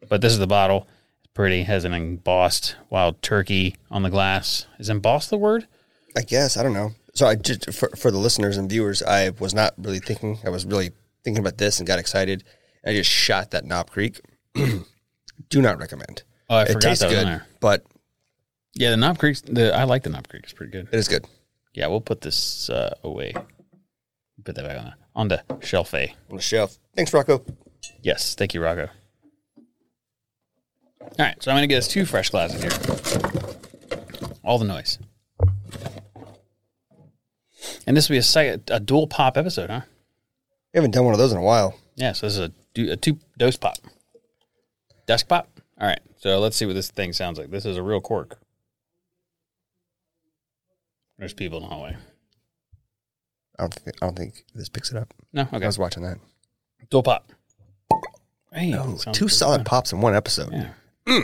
but this is the bottle. It's pretty. Has an embossed wild turkey on the glass. Is embossed the word? I guess I don't know. So I just for, for the listeners and viewers, I was not really thinking. I was really thinking about this and got excited. I just shot that Knob Creek. Do not recommend. Oh, I it forgot tastes that was in good, there. but Yeah, the Knob Creek. The I like the Knob Creek. It's pretty good. it is good. Yeah, we'll put this uh, away. Put that back on the, on the shelf. A On the shelf. Thanks, Rocco. yes, thank you, Rocco. All right, so I'm gonna get us two fresh glasses here. All the noise, and this will be a second, a dual pop episode, huh? We haven't done one of those in a while. Yeah, so this is a, du- a two dose pop, desk pop. All right, so let's see what this thing sounds like. This is a real cork. There's people in the hallway. I don't think. I don't think this picks it up. No, I okay, was watching that. dual pop. Hey, Oh, that two sounds pretty solid good. pops in one episode. Mm. Yeah.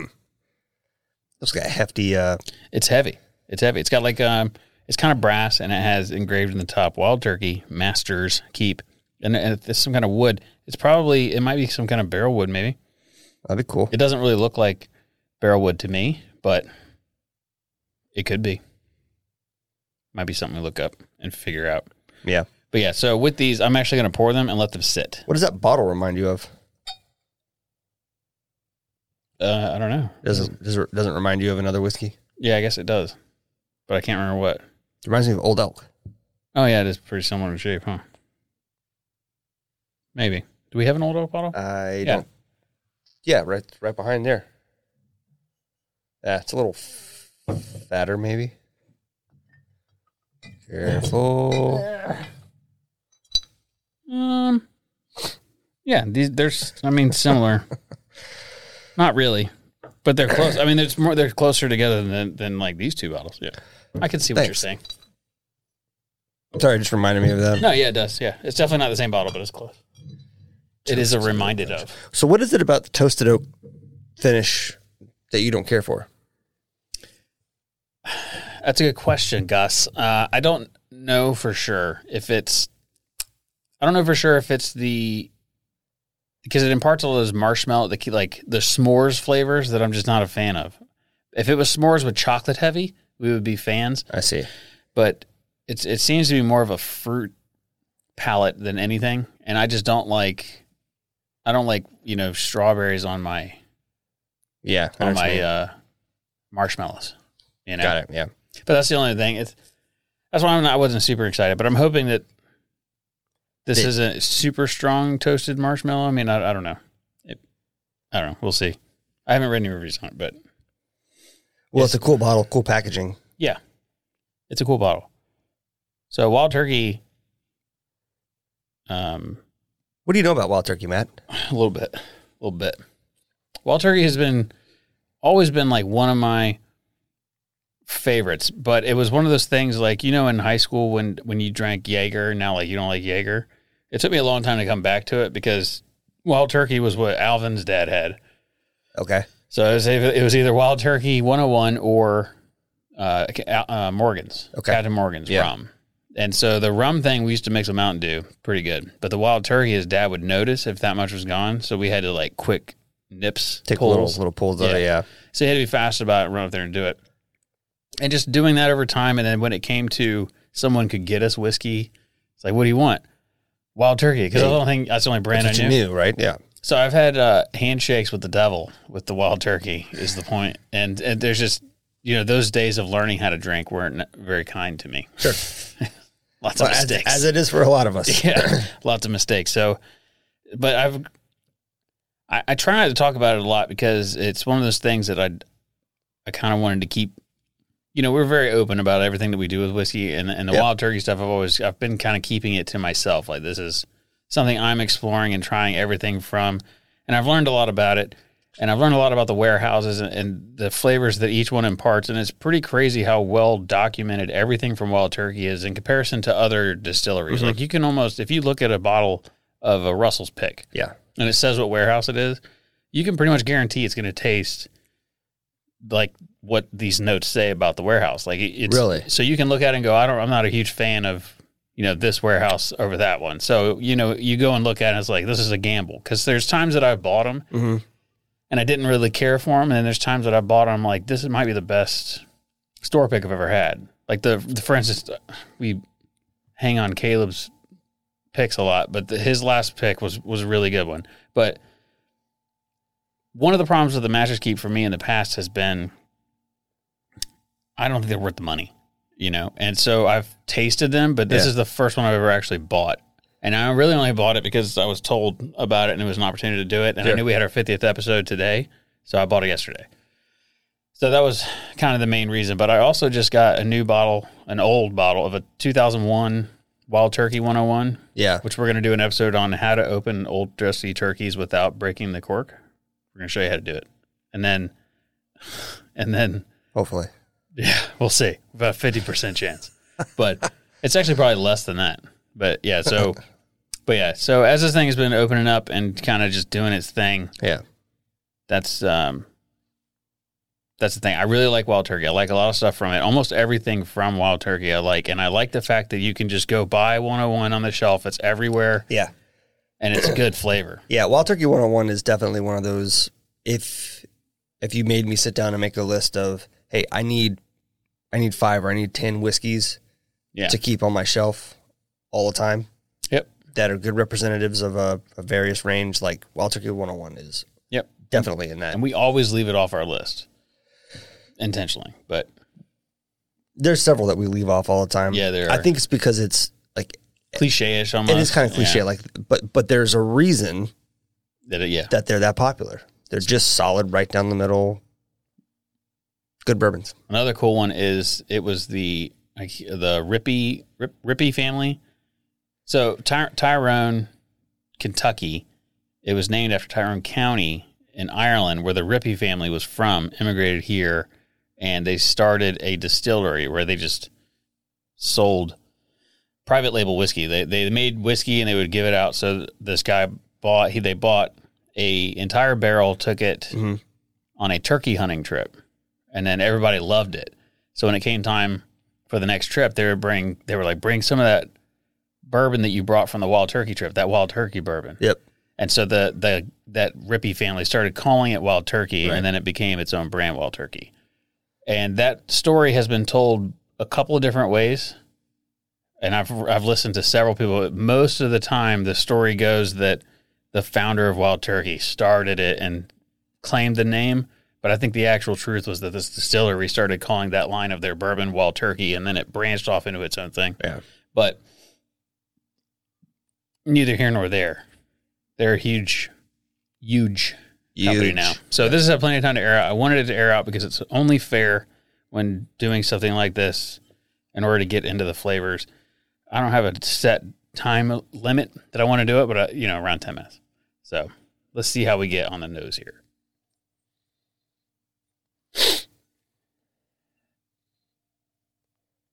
Those got hefty. Uh, It's heavy. It's heavy. It's got like um, It's kind of brass and it has engraved in the top Wild Turkey Masters Keep. And, and it's some kind of wood. It's probably, it might be some kind of barrel wood, maybe. That'd be cool. It doesn't really look like barrel wood to me, but it could be. Might be something to look up and figure out. Yeah. But yeah, so with these, I'm actually going to pour them and let them sit. What does that bottle remind you of? Uh, I don't know. Doesn't does it- doesn't remind you of another whiskey? Yeah, I guess it does, but I can't remember what. It reminds me of Old Elk. Oh yeah, it is pretty similar in shape, huh? Maybe. Do we have an old oak bottle? I Yeah. don't. Yeah, right, right behind there. Yeah, it's a little f- fatter, maybe. Careful. Um. Yeah, these they're. s- I mean, similar. Not really, but they're close. I mean, there's more. They're closer together than than like these two bottles. Yeah, I can see what you're Thanks. saying. Sorry, it just reminded me of that. No, yeah, it does. Yeah, it's definitely not the same bottle, but it's close. It is a reminded of. So, what is it about the toasted oak finish that you don't care for? That's a good question, Gus. Uh, I don't know for sure if it's. I don't know for sure if it's the because it imparts all those marshmallow, the key- like the s'mores flavors that I'm just not a fan of. If it was s'mores with chocolate heavy, we would be fans. I see. But it's it seems to be more of a fruit palette than anything, and I just don't like. I don't like you know strawberries on my Yeah, I know on what you my mean. uh, marshmallows. You know, got it. Yeah, but that's the only thing. It's that's why I'm not, I wasn't super excited. But I'm hoping that this It- isn't super strong toasted marshmallow. I mean, I, I don't know. It, I don't know. We'll see. I haven't read any reviews on it, but Well, it's a cool bottle, cool packaging. yeah, it's a cool bottle. So wild turkey, um, What do you know about Wild Turkey, Matt? a little bit, a little bit. Wild turkey has been always been like one of my favorites, but it was one of those things like you know in high school when when you drank Jaeger, now like you don't like Jaeger. It took me a long time to come back to it because wild turkey was what Alvin's dad had. Okay, So it was, either- it was either Wild Turkey 101 or uh, uh, Morgan's, Okay. Captain Morgan's Yeah. rum. And so the rum thing, we used to mix with Mountain Dew pretty good. But the Wild Turkey, his dad would notice if that much was gone. So we had to like quick nips, take pulls. little little pulls. Yeah. Yeah. yeah, So you had to be fast about it, run up there and do it. And just doing that over time. And then when it came to someone could get us whiskey, it's like, what do you want? Wild Turkey. Because I Yeah. don't think that's the only brand That's I what knew. you knew, right? Yeah, So I've had uh, handshakes with the devil with the wild turkey is the point, and and there's just you know those days of learning how to drink weren't very kind to me. sure. Lots Well, of as, mistakes. as it is for a lot of us. yeah, lots of mistakes. So, but I've I, I try not to talk about it a lot because it's one of those things that I I kind of wanted to keep. You know, we're very open about everything that we do with whiskey and and the Yeah. wild turkey stuff. I've always I've been kind of keeping it to myself. Like this is something I'm exploring and trying everything from, and I've learned a lot about it. And I've learned a lot about the warehouses and, and the flavors that each one imparts. And it's pretty crazy how well documented everything from Wild Turkey is in comparison to other distilleries. Like you can almost, if you look at a bottle of a Russell's Pick, yeah, and it says what warehouse it is, you can pretty much guarantee it's going to taste like what these notes say about the warehouse. Like it- it's Really? so you can look at it and go, I don't, I'm not a huge fan of you know this warehouse over that one. So you know you go and look at it, and it's like this is a gamble because there's times that I bought them Mhm. and I didn't really care for them, and then there's times that I bought them like this might be the best store pick I've ever had. Like the, the for instance, we hang on Caleb's picks a lot, but the, his last pick was was a really good one. But one of the problems with the Masters Keep for me in the past has been I don't think they're worth the money, you know. And so I've tasted them, but this Yeah. is the first one I've ever actually bought. And I really only bought it because I was told about it and it was an opportunity to do it. And I Sure. knew we had our 50th episode today. So I bought it yesterday. So that was kind of the main reason. But I also just got a new bottle, an old bottle of a 2001 Wild Turkey 101, yeah. which we're going to do an episode on how to open old dressy turkeys without breaking the cork. We're going to show you how to do it. And then, and then, Hopefully, yeah, we'll see. About 50% chance. But it's actually probably less than that. But yeah, so, but yeah, so as this thing has been opening up and kind of just doing its thing, yeah. that's um That's the thing. I really like Wild Turkey. I like a lot of stuff from it. Almost everything from Wild Turkey I like. And I like the fact that you can just go buy 101 on the shelf. It's everywhere Yeah. and it's good flavor. Yeah, Wild Turkey 101 is definitely one of those if if you made me sit down and make a list of, hey, I need I need 5 or I need 10 whiskeys Yeah. to keep on my shelf all the time Yep. that are good representatives of a, a various range like Wild Turkey 101 is Yep. definitely in that. And we always leave it off our list intentionally. But There's several that we leave off all the time. Yeah, there I are. think it's because it's like cliche ish almost. it is kind of cliche Yeah. like but but there's a reason That it- yeah. that they're that popular. They're just solid right down the middle. Good bourbons. Another cool one is it was the like, the Rippy Rip, Rippy family. So Ty- Tyrone, Kentucky, it was named after Tyrone County in Ireland, where the Rippy family was from. Immigrated here, and they started a distillery where they just sold private label whiskey. They they made whiskey and they would give it out. So this guy bought he they bought a entire barrel, took it Mhm. on a turkey hunting trip, and then everybody loved it. So when it came time for the next trip, they would bring they were like bring some of that bourbon that you brought from the wild turkey trip, that wild turkey bourbon. Yep. And so the the that Rippy family started calling it Wild Turkey, and then it became its own brand, Wild Turkey. And that story has been told a couple of different ways, and I've I've listened to several people. But most of the time, the story goes that the founder of Wild Turkey started it and claimed the name. But I think the actual truth was that this distillery started calling that line of their bourbon Wild Turkey, and then it branched off into its own thing. Yeah. But neither here nor there. They're a huge, huge, company Huge. now. So this is a plenty of time to air out. I wanted it to air out because it's only fair when doing something like this in order to get into the flavors. I don't have a set time limit that I want to do it, but uh, you know, around 10 minutes. So let's see how we get on the nose here.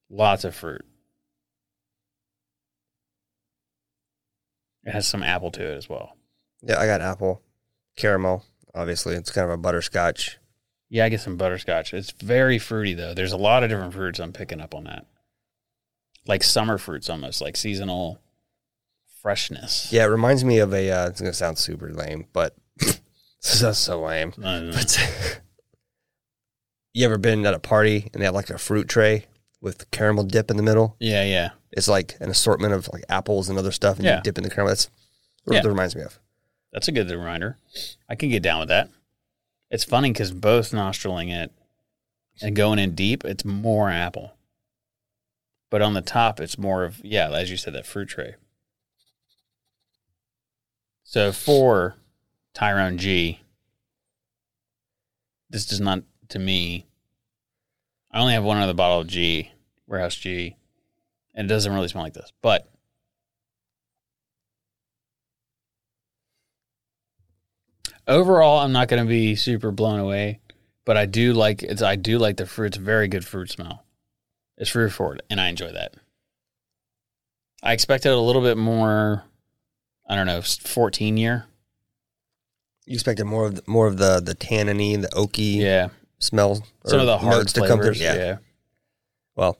Lots of fruit. It has some apple to it as well. Yeah, I got apple, caramel. Obviously, it's kind of a butterscotch. Yeah, I get some butterscotch. It's very fruity though. There's a lot of different fruits I'm picking up on that. Like summer fruits almost, like seasonal freshness. Yeah, it reminds me of a. Uh, it's gonna sound super lame, but this is so lame. I don't know. But you ever been at a party and they have like a fruit tray with caramel dip in the middle? yeah, yeah. It's like an assortment of like apples and other stuff, and Yeah. you dip in the caramel. That's what Yeah. it reminds me of. That's a good reminder. I can get down with that. It's funny because both nostriling it and going in deep, it's more apple. But on the top, it's more of, yeah, as you said, that fruit tray. So for Tyrone G, this does not, to me, I only have one other bottle of G, Warehouse G, and it doesn't really smell like this. But overall i'm not going to be super blown away but i do like it's i do like the fruit it's a very good fruit smell it's fruit forward and i enjoy that i expected a little bit more i don't know 14 year You expected more of the, more of the the tanniny, the oaky yeah smell. or some of the hard notes to come through. flavors yeah. yeah Well,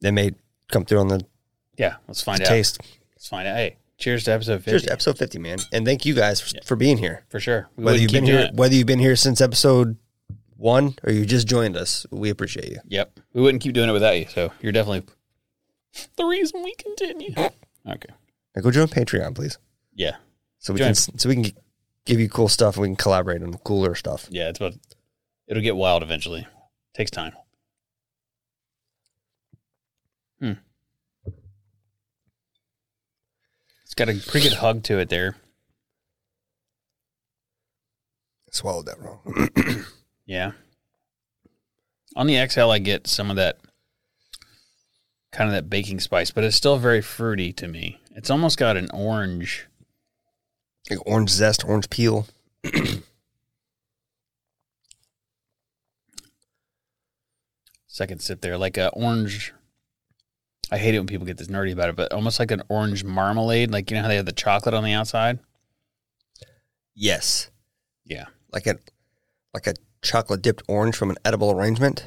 they may come through on the, let's the find out taste. let's find out hey cheers to episode 50 Cheers to episode fifty, man, and thank you guys for, for being here. for sure we whether wouldn't you've keep been here, doing it. whether you've been here since episode one or you just joined us, we appreciate you. yep we wouldn't keep doing it without you so you're definitely the reason we continue okay Now go join Patreon, please, yeah so we Join. can so we can g- give you cool stuff. and We can collaborate on cooler stuff. yeah it's about it'll get wild eventually takes time hmm it's got a pretty good hug to it there Swallowed that wrong. yeah on the exhale i get some of that kind of that baking spice but it's still very fruity to me it's almost got an orange like orange zest, orange peel. second sip there like a orange i hate it when people get this nerdy about it but almost like an orange marmalade like you know how they have the chocolate on the outside Yes, yeah like a like a chocolate dipped orange from an edible arrangement.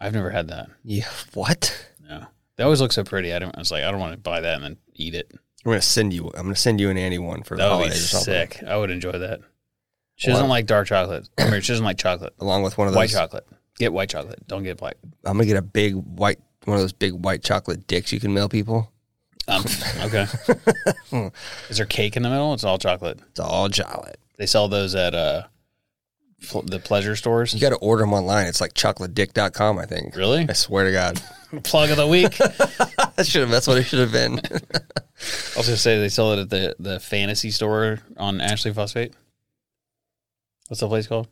I've never had that. Yeah, what? No, that always looks so pretty. I don't. I was like, I don't want to buy that and then eat it. I'm gonna send you. I'm gonna send you an Andy one for the That would be holidays or something, sick. I would enjoy that. She Well, doesn't I- like dark chocolate. I mean, she doesn't like chocolate. along with one of those. White chocolate. Get white chocolate. Don't get black. I'm gonna get a big white one of those big white chocolate dicks you can mail people. Um, okay. Is there cake in the middle? It's all chocolate. It's all chocolate. They sell those at uh, pl- the pleasure stores. You got to order them online. It's like chocolatedick.com, I think. Really? I swear to God, Plug of the week. that should have. That's what it should have been. also say they sell it at the, the fantasy store on Ashley Phosphate. What's the place called?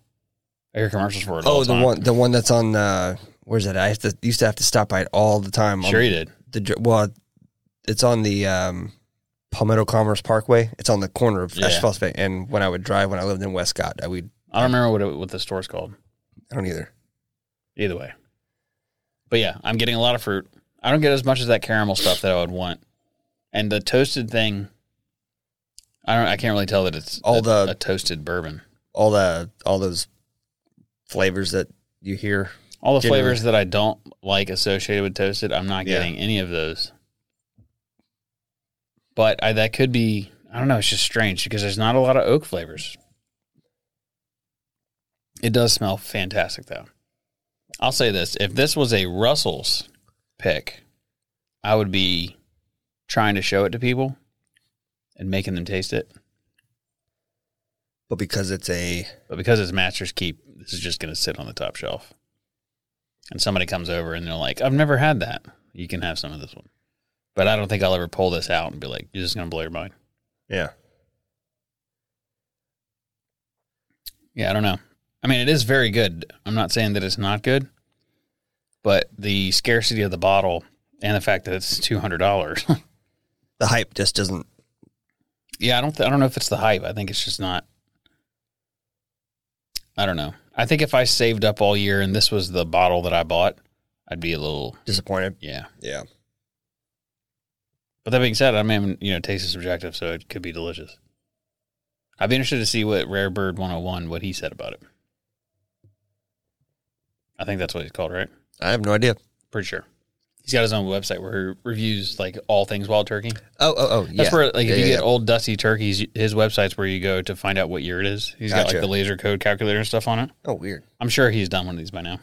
I hear commercials for it. all oh, the time. one, the one that's on. Uh, where's that? I have to, used to have to stop by it all the time. on Sure, you did. the dr- well, it's on the um, Palmetto Commerce Parkway. It's on the corner of Yeah. Ash Falls Bay. And when I would drive, when I lived in Westcott, I would. I don't remember what it, what the store's called. I don't either. Either way. But yeah, I'm getting a lot of fruit. I don't get as much of that caramel stuff that I would want. And the toasted thing, I don't. I can't really tell that it's All a- the- a toasted bourbon. All the all those flavors that you hear. All the Generally. flavors that I don't like associated with toasted, I'm not Yeah. getting any of those. But I, that could be, I don't know, it's just strange because there's not a lot of oak flavors. It does smell fantastic though. I'll say this if this was a Russell's pick, I would be trying to show it to people and making them taste it. But because it's a But because it's Master's Keep, this is just going to sit on the top shelf. And somebody comes over and they're like, I've never had that. You can have some of this one. But I don't think I'll ever pull this out and be like, you're just going to blow your mind. yeah, Yeah, I don't know. I mean, it is very good. I'm not saying that it's not good, but the scarcity of the bottle and the fact that it's $200. the hype just doesn't. yeah, I don't, th- I don't know if it's the hype. I think it's just not. I don't know. I think if I saved up all year and this was the bottle that I bought, I'd be a little, Disappointed. yeah. Yeah. But that being said, I mean, you know, taste is subjective, so it could be delicious. I'd be interested to see what Rare Bird 101, what he said about it. I think that's what he's called, right? I have no idea. Pretty sure. He's got his own website where he reviews like all things wild turkey. Oh, oh, oh. Yeah. That's where like Yeah, if you yeah, get old dusty turkeys, his website's where you go to find out what year it is. He's got Gotcha. like the laser code calculator and stuff on it. yeah. Oh, weird. I'm sure he's done one of these by now.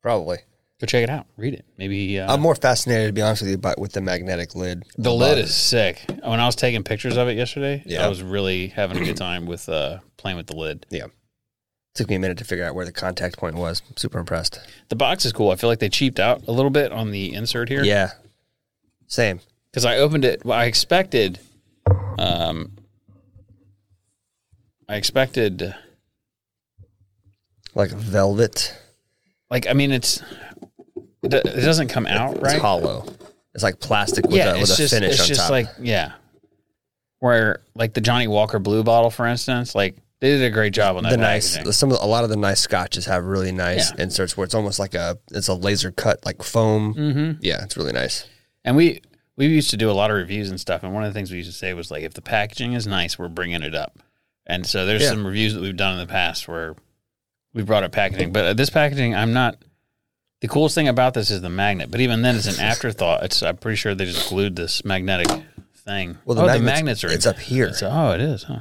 Probably. Go check it out. Read it. Maybe uh, I'm more fascinated, to be honest with you, about with the magnetic lid. The lid is sick. When I was taking pictures of it yesterday, Yeah. I was really having a good time with uh, playing with the lid. Took me a minute to figure out where the contact point was. Super impressed. The box is cool. I feel like they cheaped out a little bit on the insert here. Yeah. Same. Because I opened it. Well, I expected. Um, I expected. Like velvet. Like I mean, it's it do- it doesn't come out right. It's hollow. It's like plastic with a, yeah, with it's a just finish it's on just top. like yeah. Where like the Johnny Walker Blue Bottle, for instance, like they did a great job on that. the nice, packaging. some of the, a lot of the nice scotches have really nice Yeah. inserts where it's almost like a it's a laser cut like foam. Mhm. Yeah, it's really nice. And we we used to do a lot of reviews and stuff. And one of the things we used to say was like, if the packaging is nice, we're bringing it up. And so there's Yeah. some reviews that we've done in the past where we brought up packaging, but uh, this packaging, I'm not. The coolest thing about this is the magnet, but even then, it's an afterthought. It's I'm pretty sure they just glued this magnetic thing. Well, the oh, the magnets- magnets are it's up here. It's- oh, it is, huh?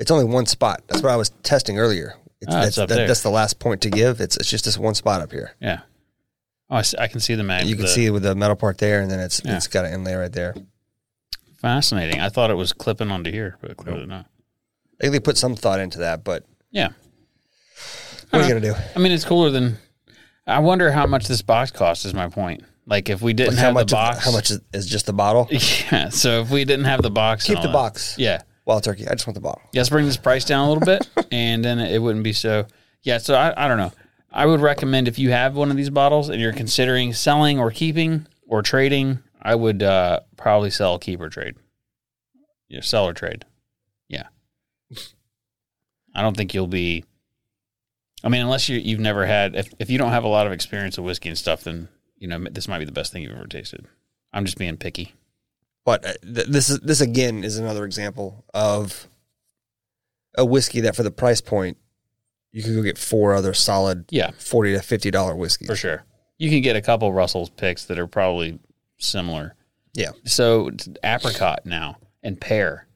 It's only one spot. That's what I was testing earlier. It's, Ah, it's that's, up that, there. that's the last point to give. It's it's just this one spot up here. Yeah. Oh, I, see- I can see the magnet. you can the- see with the metal part there, and then it's Yeah. it's got an inlay right there. Fascinating. I thought it was clipping onto here, but clearly not. I think they put some thought into that, but Yeah. what are you gonna do? I mean, it's cooler than. I wonder how much this box cost. Is my point. Like, if we didn't Like, have how much the of- box, how much is, is just the bottle? Yeah. So if we didn't have the box, and Keep all the that- box. Yeah. Wild turkey. I just want the bottle. Yes, bring this price down a little bit, and then it wouldn't be so. Yeah. So I, I don't know. I would recommend if you have one of these bottles and you're considering selling or keeping or trading, I would uh, probably sell, keep, or trade. Yeah, sell or trade. Yeah. I don't think you'll be. I mean, unless you you've never had if if you don't have a lot of experience with whiskey and stuff, then you know this might be the best thing you've ever tasted. I'm just being picky. But uh, th- this is this again is another example of a whiskey that for the price point you could go get four other solid Yeah, forty to fifty dollar whiskeys. for sure. You can get a couple Russell's picks that are probably similar. Yeah. So it's apricot now and pear.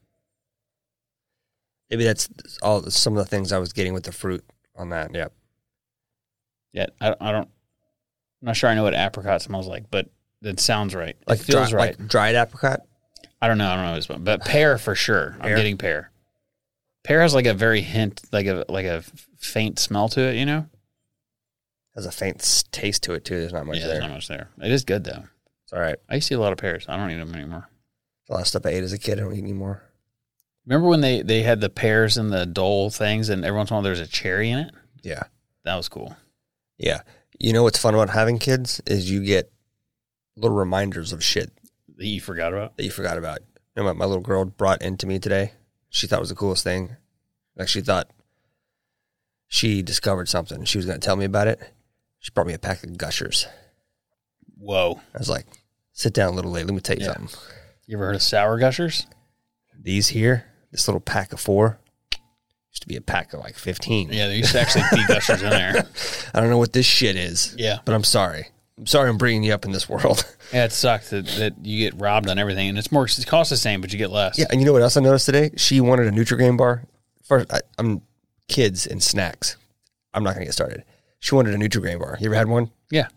Maybe that's all some of the things I was getting with the fruit on that. Yeah. Yeah, I, I don't. I'm not sure I know what apricot smells like, but that sounds right. Like it feels dri- right. like dried apricot. I don't know. I don't know this one, but pear for sure. Pear? I'm getting pear. Pear has like a very hint, like a like a faint smell to it. You know, Has a faint s- taste to it too. There's not much yeah, there. there's not much there. It is good though. It's all right. I used to eat a lot of pears. I don't eat them anymore. A lot of stuff I ate as a kid. I don't eat anymore. Remember when they they had the pears and the dole things, and every once in a while there's a cherry in it. Yeah. That was cool. Yeah. You know what's fun about having kids is you get little reminders of shit That you forgot about. that you forgot about. You know, my, my little girl brought into me today. She thought it was the coolest thing. Like she thought she discovered something. She was going to tell me about it. She brought me a pack of gushers. Whoa. I was like, "Sit down, little lady. Let me tell you Yeah. something. You ever heard of sour gushers? These here, this little pack of four, used to be a pack of like fifteen. Yeah, there used to actually be gushers in there. I don't know what this shit is. Yeah. but I'm sorry. I'm sorry. I'm bringing you up in this world. Yeah, it sucks that, that you get robbed on everything, and it's more it costs the same, but you get less. Yeah, and you know what else I noticed today? She wanted a Nutrigrain bar. First, I, I'm kids and snacks. I'm not gonna get started. She wanted a Nutrigrain bar. You ever had one? yeah,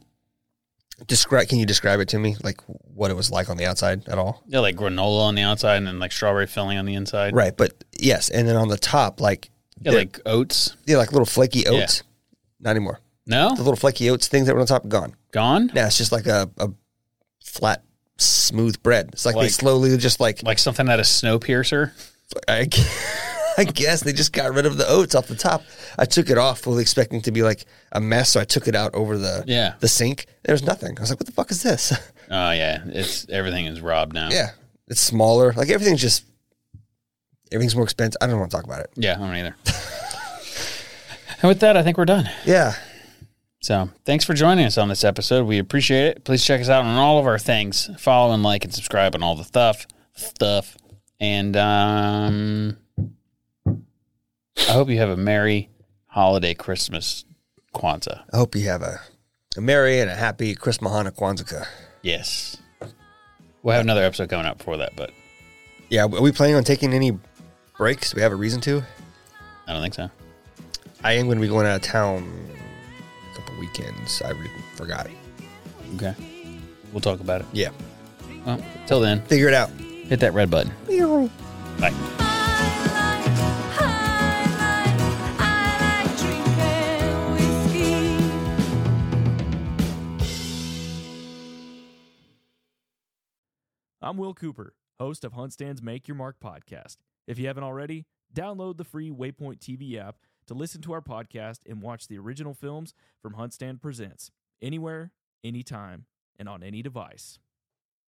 Describe. Can you describe it to me? Like what it was like on the outside at all? yeah, like granola on the outside, and then like strawberry filling on the inside. Right, but yes, and then on the top, like Yeah, they're- like oats. they're like little flaky oats. Not anymore. The No, little flaky oats things that were on top gone. gone. Now it's just like a, a flat, smooth bread. It's like, they Like- slowly just like Like something out of Snowpiercer. I, gu- I guess they just got rid of the oats off the top. I took it off, fully expecting it to be like a mess. So I took it out over the Yeah. the sink. There was nothing. I was like, "What the fuck is this?" Oh yeah, it's everything is robbed now. yeah, it's smaller. Like everything's just everything's more expensive. I don't want to talk about it. yeah, I don't either. and with that, I think we're done. Yeah, So thanks for joining us on this episode. We appreciate it. Please check us out on all of our things. Follow and like and subscribe on all the stuff, stuff. And um, I hope you have a merry holiday Christmas Kwanzaa. I hope you have a, a merry and a happy Christmas Kwanzaa. Yes. We'll have another episode coming up for that, but Yeah, are we planning on taking any breaks? Do we have a reason to? I don't think so. I am going to be going out of town a couple weekends. I re- forgot. Okay. We'll talk about it. Yeah, Well, till then, figure it out. hit that red button. Bye. I like drinking whiskey. I'm Will Cooper, host of Huntstand's Make Your Mark podcast. If you haven't already, download the free Waypoint TV app to listen to our podcast and watch the original films from Huntstand Presents anywhere, anytime, and on any device.